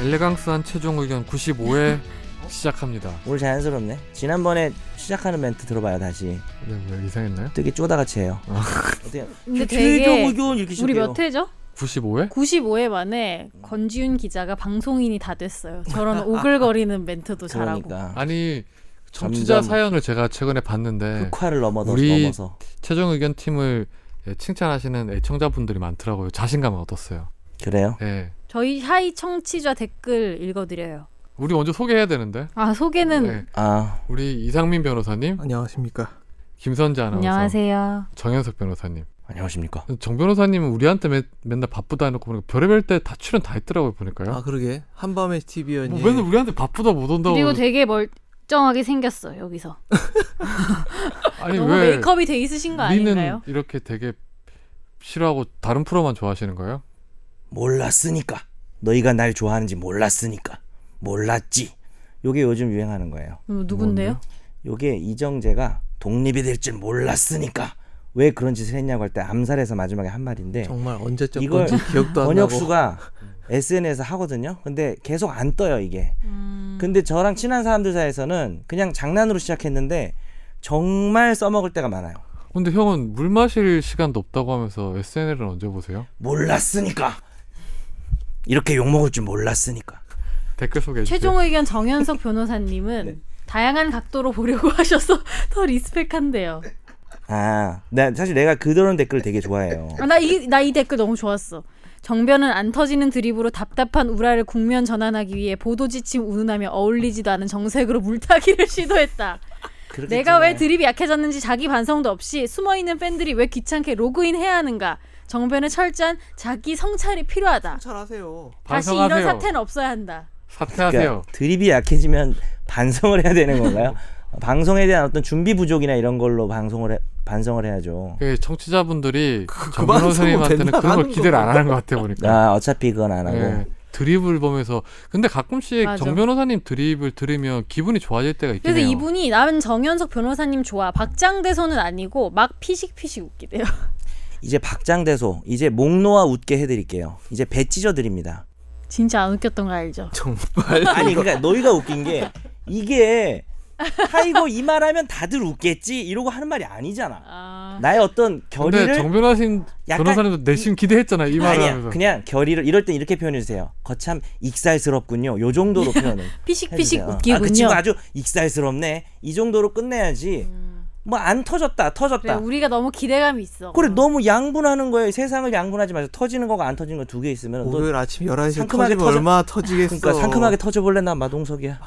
엘레강스한 최종 의견 95회 어? 시작합니다. 오늘 자연스럽네. 지난번에 시작하는 멘트 들어봐요 다시. 네, 왜 이상했나요? 되게 쪼다같이 해요. 아. 어떻게? 근데 최종 음, 되게 의견 이렇게 우리 시작해요. 몇 회죠? 95회? 95회 만에 권지윤 기자가 방송인이 다 됐어요. 저런 오글거리는 멘트도 잘하고. 그러니까 아니 청취자 점점- 사연을 제가 최근에 그 봤는데 흑화를 넘어서 우리- 넘어서 최종 의견 팀을 예, 칭찬하시는 애청자분들이 많더라고요. 자신감을 얻었어요. 그래요. 예. 저희 하이 청취자 댓글 읽어드려요. 우리 먼저 소개해야 되는데. 아 소개는 예. 아 우리 이상민 변호사님, 안녕하십니까. 김선재 아나운서, 안녕하세요. 정현석 변호사님. 안녕하십니까. 정 변호사님은 우리한테 매- 맨날 바쁘다 해놓고 보니까 별의별 때 다 출연 다 했더라고요 보니까요. 아 그러게 한밤의 TV였니? 뭐 맨날 우리한테 바쁘다 못 온다고. 그리고 되게 멀쩡하게 생겼어 여기서. 아니 너무 왜 메이크업이 돼 있으신 거 우리는 아닌가요? 이렇게 되게 싫어하고 다른 프로만 좋아하시는 거예요? 몰랐으니까 너희가 날 좋아하는지 몰랐으니까 몰랐지. 요게 요즘 유행하는 거예요. 음, 누군데요? 요게 이정재가 독립이 될 줄 몰랐으니까 왜 그런 짓을 했냐고 할 때 암살해서 마지막에 한 말인데 정말 언제적 이걸 건지 기억도 안 나고. 번역수가 SNS에서 하거든요. 근데 계속 안 떠요 이게. 음, 근데 저랑 친한 사람들 사이에서는 그냥 장난으로 시작했는데 정말 써먹을 때가 많아요. 근데 형은 물 마실 시간도 없다고 하면서 SNL은 언제 보세요? 몰랐으니까 이렇게 욕 먹을 줄 몰랐으니까. 댓글 소개해 주세요. 최종 의견 정현석 변호사님은 다양한 각도로 보려고 하셔서 더 리스펙한대요. 아, 나 사실 내가 그런 댓글 되게 좋아해요. 아, 나 이 나 이 댓글 너무 좋았어. 정변은 안 터지는 드립으로 답답한 우라를 국면 전환하기 위해 보도 지침 운운하며 어울리지도 않은 정색으로 물타기를 시도했다. 그렇게 내가 좀- 왜 드립이 약해졌는지 자기 반성도 없이 숨어 있는 팬들이 왜 귀찮게 로그인 해야 하는가? 정변의 철저한 자기 성찰이 필요하다. 잘하세요. 다시 반성하세요. 이런 사태는 없어야 한다. 사퇴하세요. 그러니까 드립이 약해지면 반성을 해야 되는 건가요? 방송에 대한 어떤 준비 부족이나 이런 걸로 방송을 해, 반성을 해야죠. 그 청취자분들이 정 그만 변호사님한테는 소문 그런 걸 낸 기대를 안 거구나. 하는 것 같아 보니까. 아, 어차피 그건 안 하고. 예. 드립을 보면서 근데 가끔씩 맞아. 정 변호사님 드립을 들으면 기분이 좋아질 때가 있긴 그래서 해요. 이분이 나는 정현석 변호사님 좋아. 박장대소는 아니고 막 피식피식 웃기대요. 이제 박장대소, 이제 목 놓아 웃게 해드릴게요. 이제 배 찢어 드립니다. 진짜 안 웃겼던 거 알죠? 정말 아니 그러니까 너희가 웃긴 게 이게 타이거 이 말하면 다들 웃겠지 이러고 하는 말이 아니잖아. 아... 나의 어떤 근데 결의를 정 변호사님 약간- 변호사님도 내심 기대했잖아 이 말을 아니야 하면서. 그냥 결의를 이럴 땐 이렇게 표현해 주세요. 거참 익살스럽군요. 요 정도로 표현을 피식피식 해주세요. 아, 그 웃기군요. 친구 아주 익살스럽네. 이 정도로 끝내야지. 뭐 안 터졌다 음. 그래 터졌다. 그래, 우리가 너무 기대감이 있어. 아, 너무 양분하는 거예요. 세상을 양분하지 마세요. 터지는 거가 안 터지는 거 두 개 있으면 너 오늘 아침 11시에 상큼하게 터지면 터져- 얼마나 터지겠어. 그러니까 상큼하게 터져볼래 난 마동석이야.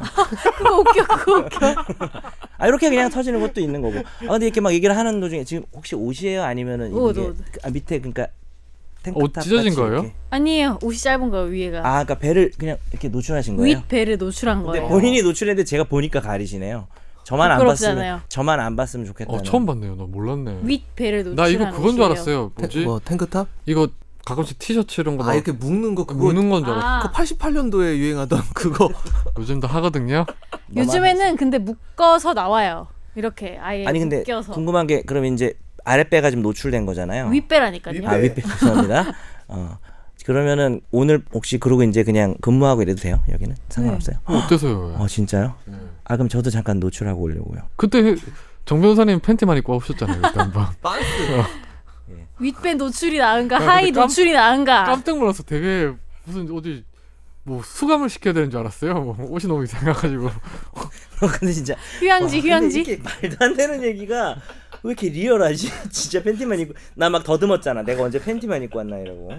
그거 웃겨 그거 웃겨. 아 이렇게 그냥 터지는 것도 있는 거고. 아 근데 이렇게 막 얘기를 하는 도중에 지금 혹시 옷이에요 아니면은 옷, 이게 옷. 그- 아, 밑에 그러니까 탱크탑 옷 찢어진 같이 거예요? 이렇게. 아니에요 옷이 짧은 거예요 위에가. 아 그러니까 배를 그냥 이렇게 노출하신 거예요? 윗배를 노출한 거예요. 본인이 노출했는데 제가 보니까 가리시네요. 저만 안 봤으면 부끄럽잖아요. 저만 안 봤으면 좋겠다는. 어 처음 봤네요. 나 몰랐네. 윗배를 노출한 나 이거 그건 줄 옷이에요. 알았어요. 뭐지? 뭐 탱크탑? 이거 가끔씩 티셔츠 이런 거막 뭐 아 이렇게 묶는 거 그거 우는 건 줄 알았어. 아, 그 88년도에 유행하던 그거 요즘도 하거든요. 너만 요즘에는 근데 묶어서 나와요. 이렇게 아예 아니 근데 묶여서 궁금한 게 그럼 이제 아랫배가 지금 노출된 거잖아요. 윗배라니까요. 아 윗배 죄송합니다. 어 그러면은 오늘 혹시 그러고 이제 그냥 근무하고 이래도 돼요? 여기는 상관없어요. 네. 어때서요? 어 진짜요? 음. 아 그럼 저도 잠깐 노출하고 오려고요. 그때 정 변호사님 팬티만 입고 오셨잖아요. 그때 한번 빤스. 윗배 노출이 나은가 아, 근데 하이 깜- 노출이 나은가. 깜짝 놀라서 되게 무슨 어디 뭐 수감을 시켜야 되는 줄 알았어요. 뭐 옷이 너무 이상해가지고 근데 진짜 휴양지 휴양지. 근데 이게 말도 안 되는 얘기가 왜 이렇게 리얼하지? 진짜 팬티만 입고 나 막 더듬었잖아. 내가 언제 팬티만 입고 왔나 이러고.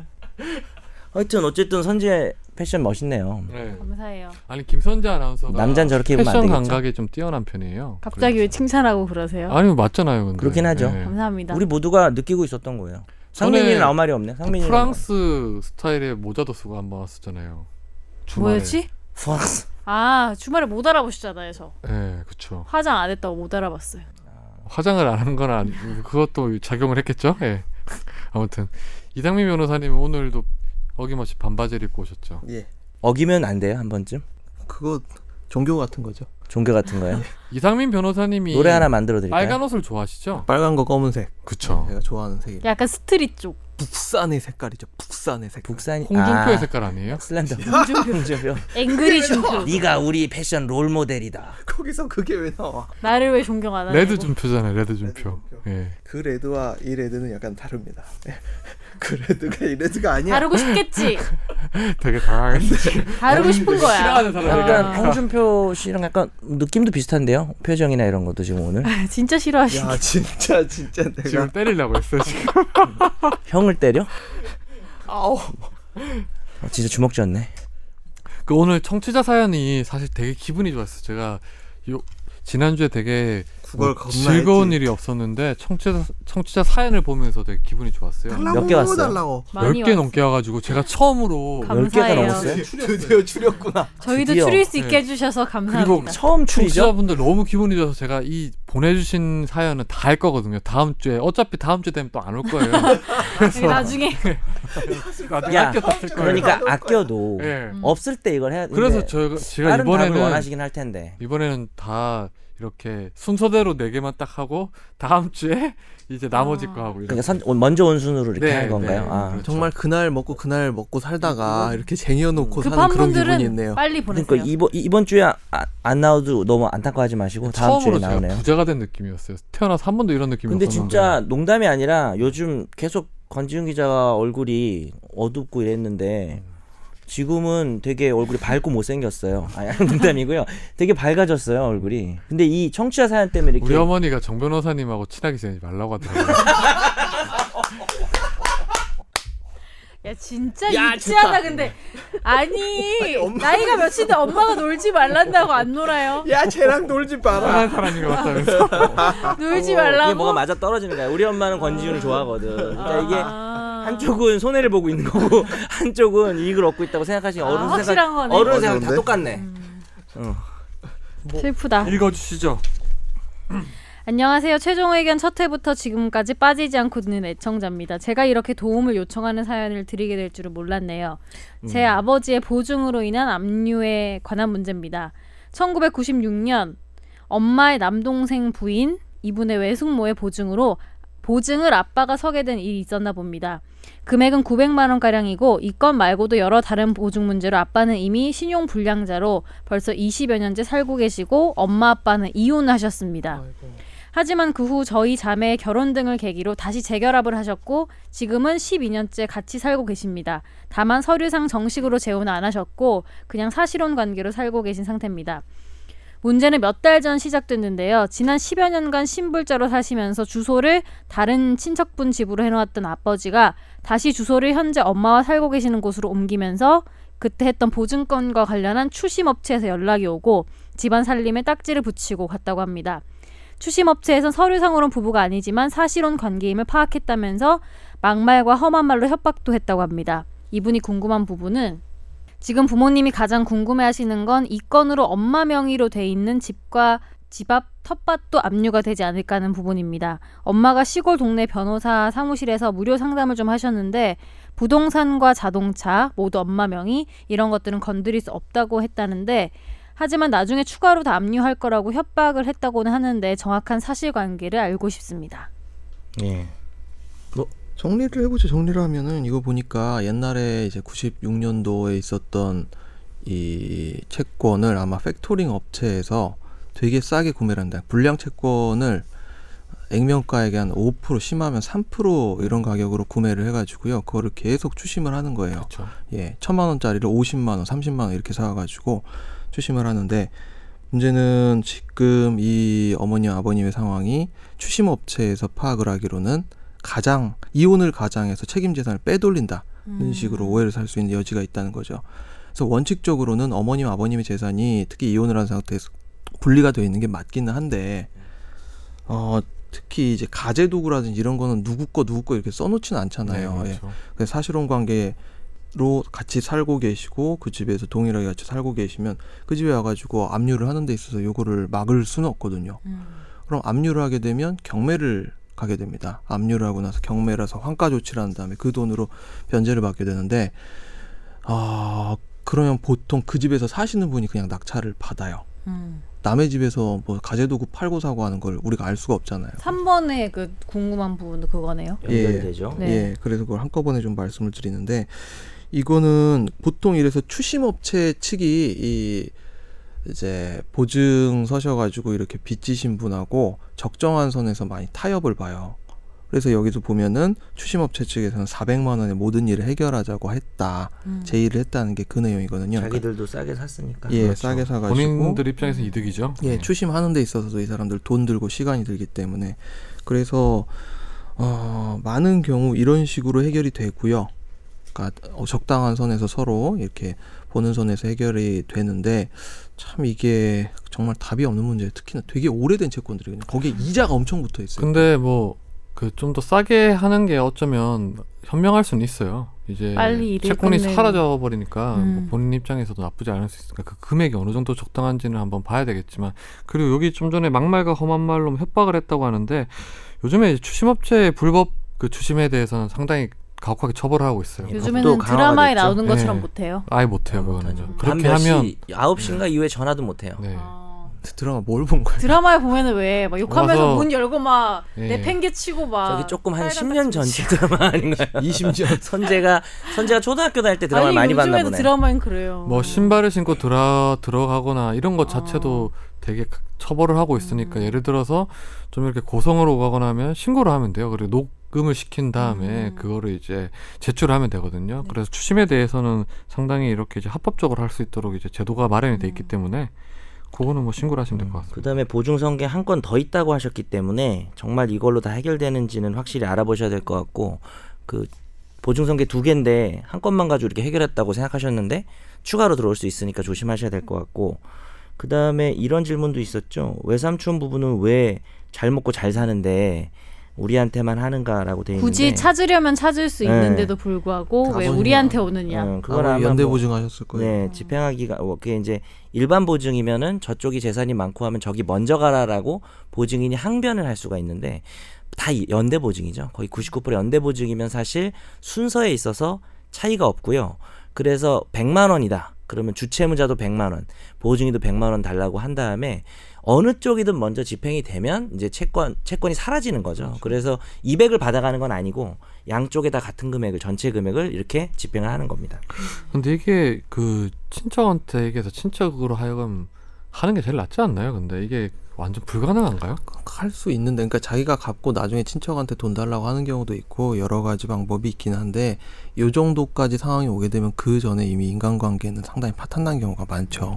하여튼 어쨌든 선재 패션 멋있네요. 감사해요. 아니 김선재 아나운서가 남잔 저렇게 입으면 안 패션 되겠죠. 감각이 좀 뛰어난 편이에요. 갑자기 왜 칭찬하고 그러세요? 아니 네. 맞잖아요. 근데 그렇긴 하죠. 감사합니다. 우리 모두가 느끼고 있었던 거예요. 상민이는 아무 말이 없네. 그 상민이는 프랑스 스타일의 모자 도수가 한번 왔었잖아요. 주말에. 뭐였지? 프랑스. 아 주말에 못 알아보시잖아요 저. 예, 네, 그렇죠. 화장 안 했다고 못 알아봤어요. 화장을 안 한 건 아니, 그것도 작용을 했겠죠. 예. 아무튼 이상민 변호사님 오늘도 어김없이 반바지를 입고 오셨죠. 예. 어기면 안 돼요 한 번쯤. 그거 종교 같은 거죠. 종교 같은 거요. 이상민 변호사님이 노래 하나 만들어 드릴까요? 빨간 옷을 좋아하시죠? 빨간 거 검은색. 그쵸. 제가 좋아하는 색이. 약간 스트릿 쪽. 북산의 색깔이죠. 북산의 색깔. 북산이 홍준표의 아, 색깔 아니에요? 슬렌더 홍준표 앵그리 준표. 네가 우리 패션 롤 모델이다 거기서 그게 왜 나와? 나를 왜 존경 안 하냐고. 레드 준표잖아요. 레드 준표. 예. 그 레드와 이 레드는 약간 다릅니다. 그 레드가 이 레드가 예. 아니야. 다루고 싶겠지. 되게 당황했어. 다루고 싶은 거야. 싫어하는 사람에게. 약간 홍준표 씨랑 약간 느낌도 비슷한데요 표정이나 이런 것도 지금 오늘 아, 진짜 싫어하시네. 야 진짜 진짜 지금 내가 때리려고 했어 지금. 형을 때려? 아우 진짜 주먹 쥐었네 그 오늘 청취자 사연이 사실 되게 기분이 좋았어. 제가 요 지난주에 되게 그걸 뭐 겁나 즐거운 했지. 일이 없었는데 청취자 청취자 사연을 보면서 되게 기분이 좋았어요. 달라고 몇개 왔어요? 달라고. 많이 10개 왔어. 넘게 와가지고 제가 처음으로 감- 열개가 감사해요. 넘었어요? 네? 드디어 추렸구나. 저희도 드디어. 추릴 수 네. 있게 해주셔서 감사합니다. 처음 추리죠? 청취자분들 너무 기분이 좋아서 제가 이 보내주신 사연은 다 할 거거든요. 다음 주에 어차피 다음 주에 되면 또 안 올 거예요. 여기 나중에 나중에 야, 아껴다 쓸 거예요. 그러니까 아껴도 예. 없을 때 이걸 해야 그래서 근데 저 제가 다른 답을 이번에는 원하시긴 할 텐데 이번에는 다 이렇게 순서대로 네 개만 딱 하고 다음 주에 이제 나머지 아. 거 하고 이렇게. 그러니까 선, 먼저 온 순으로 이렇게 네, 할 건가요? 네. 아. 그렇죠. 정말 그날 먹고 그날 먹고 살다가 이렇게 쟁여놓고 사는 급한 그런 기분이 있네요. 분들은 빨리 그렇죠. 보내세요. 그러니까 이번 이- 이번 주에 아, 안 나오도 너무 안타까워하지 마시고 다음 주에 처음으로 제가 나오네요. 부자가 된 느낌이었어요. 태어나서 한 번도 이런 느낌이 근데 없었는데. 진짜 농담이 아니라 요즘 계속 권지훈 기자가 얼굴이 어둡고 이랬는데 지금은 되게 얼굴이 밝고 못생겼어요. 아니 아니, 농담이고요. 되게 밝아졌어요 얼굴이. 근데 이 청취자 사연 때문에 우리 이렇게 어머니가 정 변호사님하고 친하게 지내지 말라고 하더라고요. 야 진짜 유치하다 근데 아니, 나이가 몇인데 엄마가 놀지 말란다고 안 놀아요 야 쟤랑 놀지 마라. 편한 사람인 것 같다면서. 놀지 이게 말라고 어, 뭐가 맞아 떨어지는 거야. 우리 엄마는 권지훈을 좋아하거든. 그러니까 이게 아. 한쪽은 손해를 보고 있는 거고 한쪽은 이익을 얻고 있다고 생각하시니까 아, 어른 확실한 생각 거네. 어른 생각 다 어려운데? 똑같네. 음. 슬프다 읽어주시죠. 안녕하세요. 최종 의견 첫 회부터 지금까지 빠지지 않고 듣는 애청자입니다. 제가 이렇게 도움을 요청하는 사연을 드리게 될 줄은 몰랐네요. 제 아버지의 보증으로 인한 압류에 관한 문제입니다. 1996년 엄마의 남동생 부인 이분의 외숙모의 보증으로 보증을 아빠가 서게 된 일이 있었나 봅니다. 금액은 900만 원 가량이고 이 건 말고도 여러 다른 보증 문제로 아빠는 이미 신용 불량자로 벌써 20여 년째 살고 계시고 엄마 아빠는 이혼하셨습니다. 하지만 그 후 저희 자매의 결혼 등을 계기로 다시 재결합을 하셨고 지금은 12년째 같이 살고 계십니다. 다만 서류상 정식으로 재혼은 안 하셨고 그냥 사실혼 관계로 살고 계신 상태입니다. 문제는 몇 달 전 시작됐는데요. 지난 10여 년간 신불자로 사시면서 주소를 다른 친척분 집으로 해놓았던 아버지가 다시 주소를 현재 엄마와 살고 계시는 곳으로 옮기면서 그때 했던 보증건과 관련한 추심업체에서 연락이 오고 집안 살림에 딱지를 붙이고 갔다고 합니다. 추심업체에선 서류상으로는 부부가 아니지만 사실혼 관계임을 파악했다면서 막말과 험한 말로 협박도 했다고 합니다. 이분이 궁금한 부분은 지금 부모님이 가장 궁금해하시는 건 이 건으로 엄마 명의로 돼 있는 집과 집 앞 텃밭도 압류가 되지 않을까 하는 부분입니다. 엄마가 시골 동네 변호사 사무실에서 무료 상담을 좀 하셨는데 부동산과 자동차 모두 엄마 명의 이런 것들은 건드릴 수 없다고 했다는데 하지만 나중에 추가로 다 압류할 거라고 협박을 했다고는 하는데 정확한 사실관계를 알고 싶습니다. 예. 정리를 해보죠. 정리를 하면은 이거 보니까 옛날에 이제 96년도에 있었던 이 채권을 아마 팩토링 업체에서 되게 싸게 구매를 한다. 불량 채권을 액면가액의 한5% 심하면 3% 이런 가격으로 구매를 해가지고요. 그거를 계속 추심을 하는 거예요. 그렇죠. 예, 천만 원짜리를 50만 원, 30만 원 이렇게 사가지고 추심을 하는데 문제는 지금 이 어머님 아버님의 상황이 추심 업체에서 파악을 하기로는 가장 이혼을 가장해서 책임 재산을 빼돌린다는 음. 식으로 오해를 살 수 있는 여지가 있다는 거죠. 그래서 원칙적으로는 어머님 아버님의 재산이 특히 이혼을 한 상태에서 분리가 되어 있는 게 맞기는 한데 어 특히 이제 가재 도구라든지 이런 거는 누구 거 누구 거 이렇게 써놓지는 네, 않잖아요. 예. 그렇죠. 그 사실혼 관계로 같이 살고 계시고 그 집에서 동일하게 같이 살고 계시면 그 집에 와가지고 압류를 하는 데 있어서 요거를 막을 수는 없거든요. 음. 그럼 압류를 하게 되면 경매를 가게 됩니다. 압류를 하고 나서 경매라서 환가 조치를 한 다음에 그 돈으로 변제를 받게 되는데 아 그러면 보통 그 집에서 사시는 분이 그냥 낙찰을 받아요. 음. 남의 집에서 뭐 가재도구 팔고 사고 하는 걸 우리가 알 수가 없잖아요. 3번의 그 궁금한 부분도 그거네요. 예. 연결되죠. 네. 예, 그래서 그걸 한꺼번에 좀 말씀을 드리는데 이거는 보통 이래서 추심업체 측이 이 이제 보증 서셔가지고 이렇게 빚지신 분하고 적정한 선에서 많이 타협을 봐요. 그래서 여기서 보면은 추심업체 측에서는 400만 원의 모든 일을 해결하자고 했다, 음. 제의를 했다는 게 그 내용이거든요. 그러니까 자기들도 싸게 샀으니까. 음. 예, 그렇죠. 싸게 사가지고 본인들 입장에서 이득이죠. 네. 네. 예, 추심하는 데 있어서도 이 사람들 돈 들고 시간이 들기 때문에 그래서 어, 많은 경우 이런 식으로 해결이 되고요. 그러니까 어, 적당한 선에서 서로 이렇게 보는 선에서 해결이 되는데 참 이게 정말 답이 없는 문제. 특히나 되게 오래된 채권들이거든요. 거기에 이자가 엄청 붙어 있어요. 근데 뭐 그 좀 더 싸게 하는 게 어쩌면 현명할 수는 있어요. 이제 빨리 일을 채권이 끝내고. 사라져 버리니까 음. 뭐 본인 입장에서도 나쁘지 않을 수 있으니까 그 금액이 어느 정도 적당한지는 한번 봐야 되겠지만 그리고 여기 좀 전에 막말과 험한 말로 뭐 협박을 했다고 하는데 요즘에 이제 추심업체의 불법 그 추심에 대해서는 상당히 가혹하게 처벌을 하고 있어요. 요- 요즘에는 법도 드라마에 강화가 됐죠. 나오는 것처럼 네. 못해요. 아예 못해요 못하죠. 뭐 그거는 그렇게 밤몇 시, 아, 하면 예. 9시인가 이후에 전화도 못 해요. 네. 어, 그 드라마 뭘 본 네. 거예요? 드라마에 보면은 왜 막 욕하면서 와서- 문 열고 막 예. 내팽개치고 막 저기 조금 한 사이다 10년 같이 전쯤 드라마 아닌가요? 20년 선재가 선재가 초등학교 다닐 때 드라마를 아니, 많이 봤나 요즘에도 보네. 드라마엔 그래요. 뭐 신발을 신고 들어 들어가거나 이런 것 아. 음. 자체도 되게 크- 처벌을 하고 있으니까 예를 들어서 좀 이렇게 고성으로 오가거나 하면 신고를 하면 돼요. 그리고 녹음을 시킨 다음에 음. 네. 그거를 이제 제출하면 되거든요. 그래서 추심에 대해서는 상당히 이렇게 이제 합법적으로 할 수 있도록 이제 제도가 마련이 돼 있기 음. 때문에 그거는 뭐 신고를 하시면 될 것 같습니다. 그다음에 보증성계 한 건 더 있다고 하셨기 때문에 정말 이걸로 다 해결되는지는 확실히 알아보셔야 될 것 같고 그 보증성계 두 개인데 한 건만 가지고 이렇게 해결했다고 생각하셨는데 추가로 들어올 수 있으니까 조심하셔야 될 것 같고 그다음에 이런 질문도 있었죠 외삼촌 부부는 왜 잘 먹고 잘 사는데 우리한테만 하는가라고 돼 있는데 굳이 찾으려면 찾을 수 네. 있는데도 불구하고 왜 자본이야. 우리한테 오느냐. 음, 그건 아마 아마 연대 뭐- 보증하셨을 거예요. 네, 집행하기가 뭐 그게 이제 일반 보증이면은 저쪽이 재산이 많고 하면 저기 먼저 가라라고 보증인이 항변을 할 수가 있는데 다 이- 연대 보증이죠. 거의 99% 연대 보증이면 사실 순서에 있어서 차이가 없고요. 그래서 100만 원이다. 그러면 주채무자도 100만 원, 보증이도 100만 원 달라고 한 다음에 어느 쪽이든 먼저 집행이 되면 이제 채권 채권이 사라지는 그렇죠. 거죠. 그래서 200을 받아가는 건 아니고 양쪽에 다 같은 금액을 전체 금액을 이렇게 집행을 하는 겁니다. 근데 이게 그 친척한테 얘기해서 친척으로 하여금 하는 게 제일 낫지 않나요? 근데 이게 완전 불가능한가요? 할 수 있는데 그러니까 자기가 갚고 나중에 친척한테 돈 달라고 하는 경우도 있고 여러 가지 방법이 있긴 한데 요 정도까지 상황이 오게 되면 그 전에 이미 인간관계는 상당히 파탄난 경우가 많죠.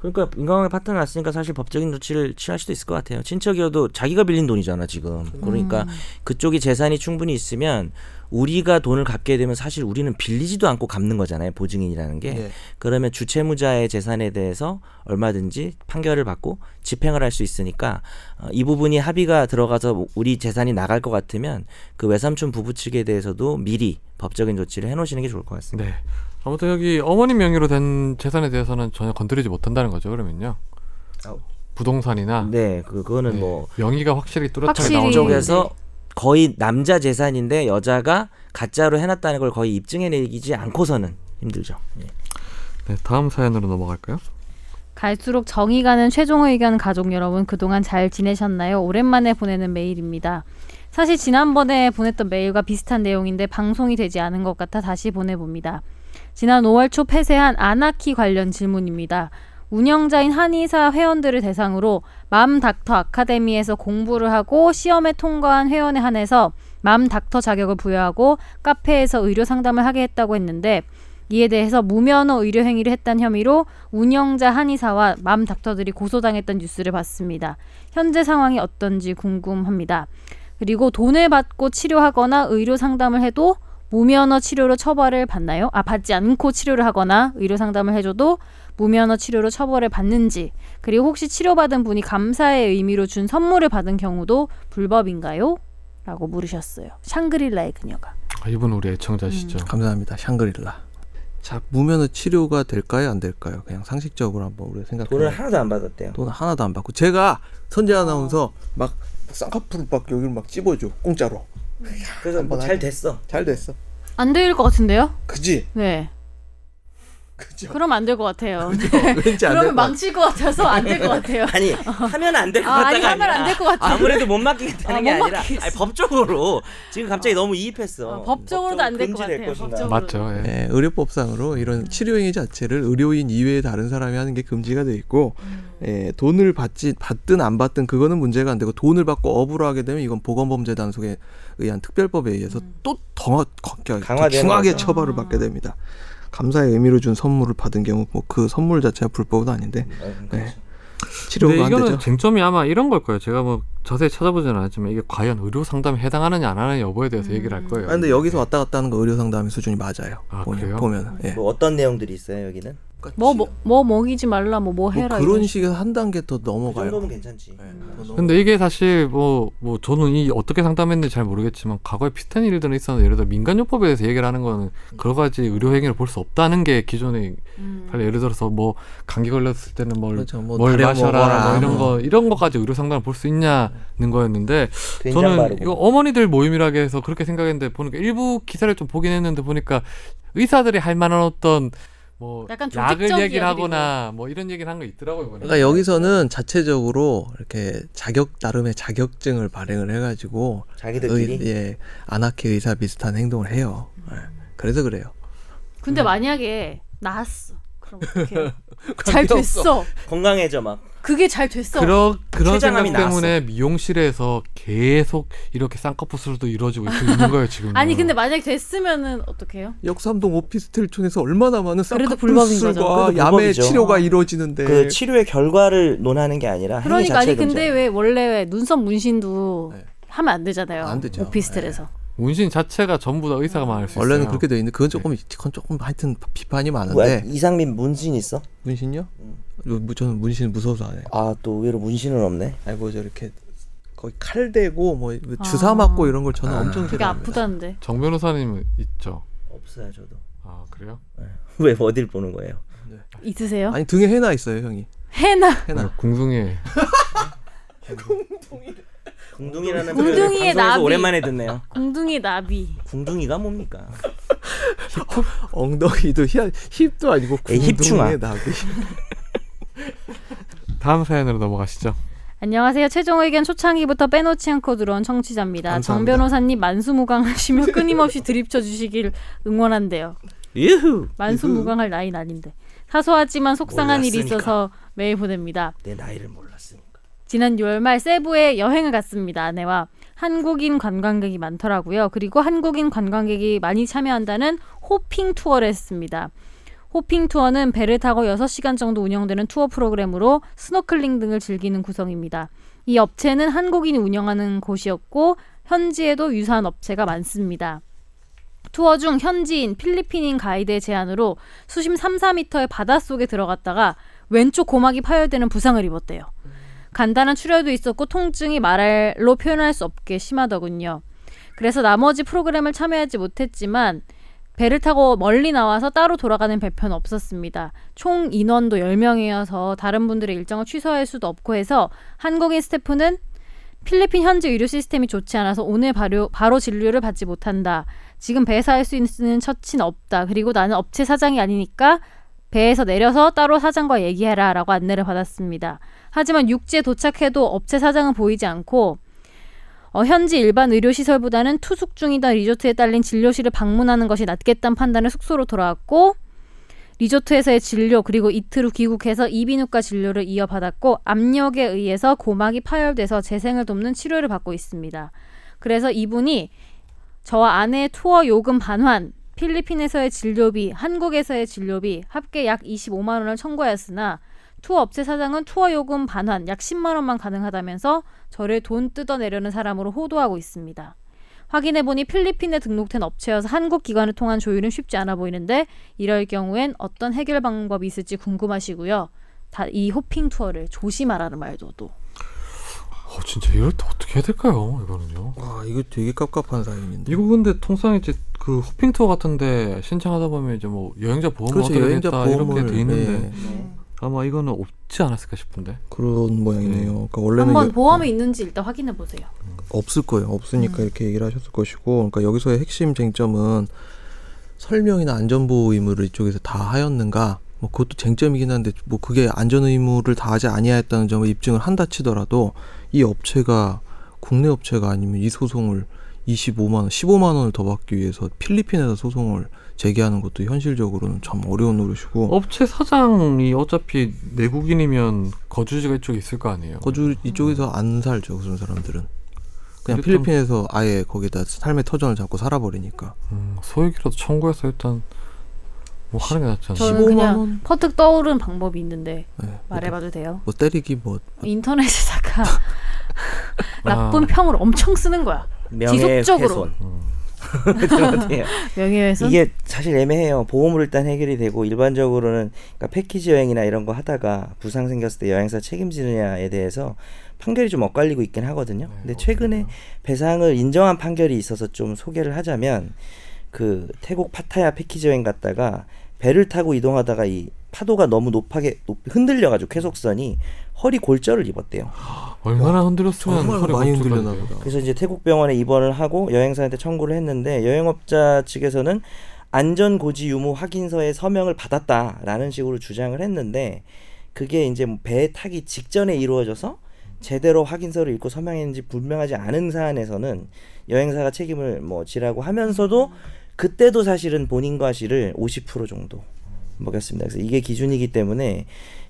그러니까 인간관계 파탄 났으니까 사실 법적인 조치를 취할 수도 있을 것 같아요. 친척이어도 자기가 빌린 돈이잖아 지금. 그러니까 그쪽이 재산이 충분히 있으면 우리가 돈을 갚게 되면 사실 우리는 빌리지도 않고 갚는 거잖아요. 보증인이라는 게. 예. 그러면 주채무자의 재산에 대해서 얼마든지 판결을 받고 집행을 할 수 있으니까 어, 이 부분이 합의가 들어가서 우리 재산이 나갈 것 같으면 그 외삼촌 부부 측에 대해서도 미리 법적인 조치를 해놓으시는 게 좋을 것 같습니다. 네. 아무튼 여기 어머님 명의로 된 재산에 대해서는 전혀 건드리지 못한다는 거죠. 그러면요. 아우. 부동산이나 네, 그, 그거는 아. 네, 뭐 명의가 확실히 뚜렷하게 확실히. 나오는 쪽에서 거의 남자 재산인데 여자가 가짜로 해놨다는 걸 거의 입증해내지 않고서는 힘들죠. 예. 네, 다음 사연으로 넘어갈까요? 갈수록 정이 가는 최종 의견 가족 여러분 그동안 잘 지내셨나요? 오랜만에 보내는 메일입니다. 사실 지난번에 보냈던 메일과 비슷한 내용인데 방송이 되지 않은 것 같아 다시 보내봅니다. 지난 5월 초 폐쇄한 아나키 관련 질문입니다. 운영자인 한의사 회원들을 대상으로 맘 닥터 아카데미에서 공부를 하고 시험에 통과한 회원에 한해서 맘 닥터 자격을 부여하고 카페에서 의료 상담을 하게 했다고 했는데 이에 대해서 무면허 의료 행위를 했다는 혐의로 운영자 한의사와 맘 닥터들이 고소당했던 뉴스를 봤습니다. 현재 상황이 어떤지 궁금합니다. 그리고 돈을 받고 치료하거나 의료 상담을 해도 무면허 치료로 처벌을 받나요? 아, 받지 않고 치료를 하거나 의료 상담을 해줘도 무면허 치료로 처벌을 받는지, 그리고 혹시 치료받은 분이 감사의 의미로 준 선물을 받은 경우도 불법인가요? 라고 물으셨어요. 샹그릴라의 그녀가. 아, 이분 우리 애청자시죠. 음. 감사합니다. 샹그릴라. 자 무면허 치료가 될까요 안 될까요? 그냥 상식적으로 한번 우리가 돈을 생각해. 하나도 안 받았대요. 돈 하나도 안 받고 제가 선재 아나운서 막 쌍꺼풀 막 여기를 막 찝어줘 공짜로 그래서 한번 뭐잘 하자. 됐어. 잘 됐어 안 될 것 같은데요? 그지 네. 그죠? 그럼 안 될 것 같아요. 왠지 안될 그러면 그러니까 것 같아. 망칠 것 같아서 안 될 것 같아요. 아니 하면 안 될 것 아, 같다가 아니 하면 아니라 안 될 것 같아요. 아무래도 못 맡기겠다는 아, 게 못 아니라 맡기겠어. 아니, 법적으로 지금 갑자기 너무 이입했어. 뭐 어, 법적으로도 안 될 것 같아요. 법적으로. 맞죠. 예. 예, 의료법상으로 이런 치료행위 자체를 의료인 이외의 다른 사람이 하는 게 금지가 돼 있고 예, 돈을 받지 받든 안 받든 그거는 문제가 안 되고 돈을 받고 업으로 하게 되면 이건 보건범죄단 속에 의한 특별법에 의해서 음. 또 더 강화되는 중하게 거죠. 처벌을 받게 아. 됩니다. 감사의 의미로 준 선물을 받은 경우 뭐 그 선물 자체가 불법은 아닌데 음, 어, 그렇죠. 예, 근데 치료가 안 이거는 되죠. 쟁점이 아마 이런 걸 거예요. 제가 뭐 자세히 찾아보지는 않았지만 이게 과연 의료 상담에 해당하느냐 안 하느냐 여부에 대해서 음. 얘기를 할 거예요. 아, 근데 여기서 왔다 갔다 하는 거 의료 상담의 수준이 맞아요. 아, 보면 그래요? 보면 예. 뭐 어떤 내용들이 있어요 여기는? 뭐 뭐 뭐 먹이지 말라 뭐 뭐 뭐 해라. 그런 이런 식으로 한 단계 더 그 넘어가요. 정도면 괜찮지. 예, 더 넘어가요. 근데 이게 사실 뭐, 뭐 저는 이 어떻게 상담했는지 잘 모르겠지만 과거에 비슷한 일들은 있었는데 예를 들어 민간요법에 대해서 얘기를 하는 거는 여러 가지 의료행위를 볼 수 없다는 게 기존의 음. 예를 들어서 뭐 감기 걸렸을 때는 뭘 그렇죠. 뭐 뭘 다려 마셔라 먹어라, 뭐 이런 뭐. 음. 거 이런 거까지 의료 상담을 볼 수 있냐는 거였는데 된장 저는 바르고. 이거 어머니들 모임이라고 해서 그렇게 생각했는데 보니까 일부 기사를 좀 보긴 했는데 보니까 의사들이 할 만한 어떤 뭐 약간 약을 조직적 얘기를 하거나 뭐 이런 얘기를 한 거 있더라고요 보니까 그러니까 여기서는 자체적으로 이렇게 자격 나름의 자격증을 발행을 해가지고 자기들끼리 의- 예 아나키 의사 비슷한 행동을 해요. 예. 그래서 그래요. 근데 만약에 나았어. 그럼 어떡해요? 잘 됐어. 건강해져 막. 그게 잘 됐어. 그런 그런 생각 췌장암이 때문에 미용실에서 계속 이렇게 쌍꺼풀술도 이루어지고 있- 있는 거예요 지금. 아니 근데 만약에 됐으면은 어떡해요? 역삼동 오피스텔촌에서 얼마나 많은 그래도 불법인 거죠. 쌍꺼풀술과 그래도 야매 불법이죠. 치료가 이루어지는데 그 치료의 결과를 논하는 게 아니라 행위 그러니까 자체를 아니 근데 금지하는 왜 원래 왜 눈썹 문신도 네. 하면 안 되잖아요. 안 되죠. 오피스텔에서. 문신 자체가 전부 다 의사가 말할 수 있어요. 원래는 그렇게 돼 있는데 그건 조금 그건 조금 하여튼 비판이 거죠. 많은데 뭐야, 이상민 문신 있어? 문신요? 뭐, 저는 문신 무서워서 안 해요. 아 또 의외로 문신은 없네. 아니 뭐 저 이렇게 거의 칼 대고 뭐 주사 맞고 이런 걸 저는 엄청 그게 싫어합니다. 아프다는데. 정 변호사님 있죠. 없어요 저도. 아 그래요? 왜 어딜 보는 거예요? 있으세요? 아니 등에 해나 있어요 형이. 해나 해나. 아, 궁둥이 궁둥이라는 궁둥이의 표현을 방송에서 나비. 오랜만에 듣네요. 궁둥이 나비. 궁둥이가 뭡니까? 엉덩이도 힙, 힙도 아니고 에이, 힙충아. 궁둥이에 나비. 다음 사연으로 넘어가시죠. 안녕하세요. 최종 의견 초창기부터 빼놓지 않고 들어온 청취자입니다. 정 감사합니다. 변호사님 만수무강하시며 끊임없이 드립쳐 주시길 응원한대요. 유후. 만수무강할 나이는 아닌데 사소하지만 속상한 일이 몰랐으니까. 있어서 메일 보냅니다. 내 나이를 몰랐으니까. 지난 6월 말 세부에 여행을 갔습니다. 아내와 한국인 관광객이 많더라고요. 그리고 한국인 관광객이 많이 참여한다는 호핑 투어를 했습니다. 호핑 투어는 배를 타고 6시간 정도 운영되는 투어 프로그램으로 스노클링 등을 즐기는 구성입니다. 이 업체는 한국인이 운영하는 곳이었고 현지에도 유사한 업체가 많습니다. 투어 중 현지인 필리핀인 가이드의 제안으로 수심 3, 4m의 바닷속에 들어갔다가 왼쪽 고막이 파열되는 부상을 입었대요. 간단한 출혈도 있었고 통증이 말로 표현할 수 없게 심하더군요. 그래서 나머지 프로그램을 참여하지 못했지만 배를 타고 멀리 나와서 따로 돌아가는 배편 없었습니다. 총 인원도 10명이어서 다른 분들의 일정을 취소할 수도 없고 해서 한국인 스태프는 필리핀 현지 의료 시스템이 좋지 않아서 오늘 바로, 바로 진료를 받지 못한다. 지금 배에서 할 수 있는 처치는 없다. 그리고 나는 업체 사장이 아니니까 배에서 내려서 따로 사장과 얘기해라 라고 안내를 받았습니다. 하지만 육지에 도착해도 업체 사장은 보이지 않고 어, 현지 일반 의료시설보다는 투숙 중이던 리조트에 딸린 진료실을 방문하는 것이 낫겠다는 판단을 숙소로 돌아왔고 리조트에서의 진료 그리고 이틀 후 귀국해서 이비인후과 진료를 이어받았고 압력에 의해서 고막이 파열돼서 재생을 돕는 치료를 받고 있습니다. 그래서 이분이 저와 아내의 투어 요금 반환, 필리핀에서의 진료비, 한국에서의 진료비 합계 약 25만 원을 청구하였으나 투어 업체 사장은 투어 요금 반환 약 10만 원만 가능하다면서 저를 돈 뜯어내려는 사람으로 호도하고 있습니다. 확인해보니 필리핀에 등록된 업체여서 한국 기관을 통한 조율은 쉽지 않아 보이는데 이럴 경우엔 어떤 해결 방법이 있을지 궁금하시고요. 다 이 호핑 투어를 조심하라는 말도 또. 어, 진짜 이럴 때 어떻게 해야 될까요? 이거는요. 와 이거 되게 깝깝한 사연인데. 이거 근데 통상 이제 그 호핑 투어 같은데 신청하다 보면 이제 뭐 여행자 보험 그렇죠 어떻게 여행자 다 이렇게 보험을 돼 있는데 예, 네. 아마 이거는 없지 않았을까 싶은데. 그런 모양이네요. 그러니까 원래는 한번 여- 보험이 있는지 일단 확인해 보세요. 음. 없을 거예요. 없으니까 이렇게 얘기를 하셨을 것이고, 그러니까 여기서의 핵심 쟁점은 설명이나 안전보호 의무를 이쪽에서 다 하였는가 뭐 그것도 쟁점이긴 한데 뭐 그게 안전 의무를 다하지 아니하였다는 점을 입증을 한다 치더라도 이 업체가 국내 업체가 아니면 이 소송을 25만 원, 15만 원을 더 받기 위해서 필리핀에서 소송을 제기하는 것도 현실적으로는 참 어려운 노릇이고 업체 사장이 어차피 내국인이면 거주지가 이쪽에 있을 거 아니에요. 거주 이쪽에서 안 살죠 그런 사람들은 그냥 그렇죠. 일단- 필리핀에서 아예 거기다 삶의 터전을 잡고 살아버리니까 음, 소액이라도 청구해서 일단 뭐 하는 게 낫지 않나. 저는 그냥 퍼뜩 떠오른 방법이 있는데 네. 말해봐도 돼요? 뭐 때리기 뭐 인터넷에다가 나쁜 평을 엄청 쓰는 거야. 지속적으로. 명예훼손. 어때요? 명예훼손. 이게 사실 애매해요. 보험으로 일단 해결이 되고 일반적으로는 그러니까 패키지 여행이나 이런 거 하다가 부상 생겼을 때 여행사 책임지느냐에 대해서 판결이 좀 엇갈리고 있긴 하거든요. 근데 최근에 배상을 인정한 판결이 있어서 좀 소개를 하자면 그 태국 파타야 패키지 여행 갔다가 배를 타고 이동하다가 이 파도가 너무 높게 높, 흔들려가지고 쾌속선이 허리 골절을 입었대요. 얼마나 흔들렸으면 허리가 많이 골절 흔들렸나 걸려요. 보다 그래서 이제 태국 병원에 입원을 하고 여행사한테 청구를 했는데 여행업자 측에서는 안전 고지 유무 확인서에 서명을 받았다라는 식으로 주장을 했는데 그게 이제 뭐 배에 타기 직전에 이루어져서 제대로 확인서를 읽고 서명했는지 분명하지 않은 사안에서는 여행사가 책임을 뭐 지라고 하면서도 그때도 사실은 본인 과실을 50% 정도 먹였습니다. 그래서 이게 기준이기 때문에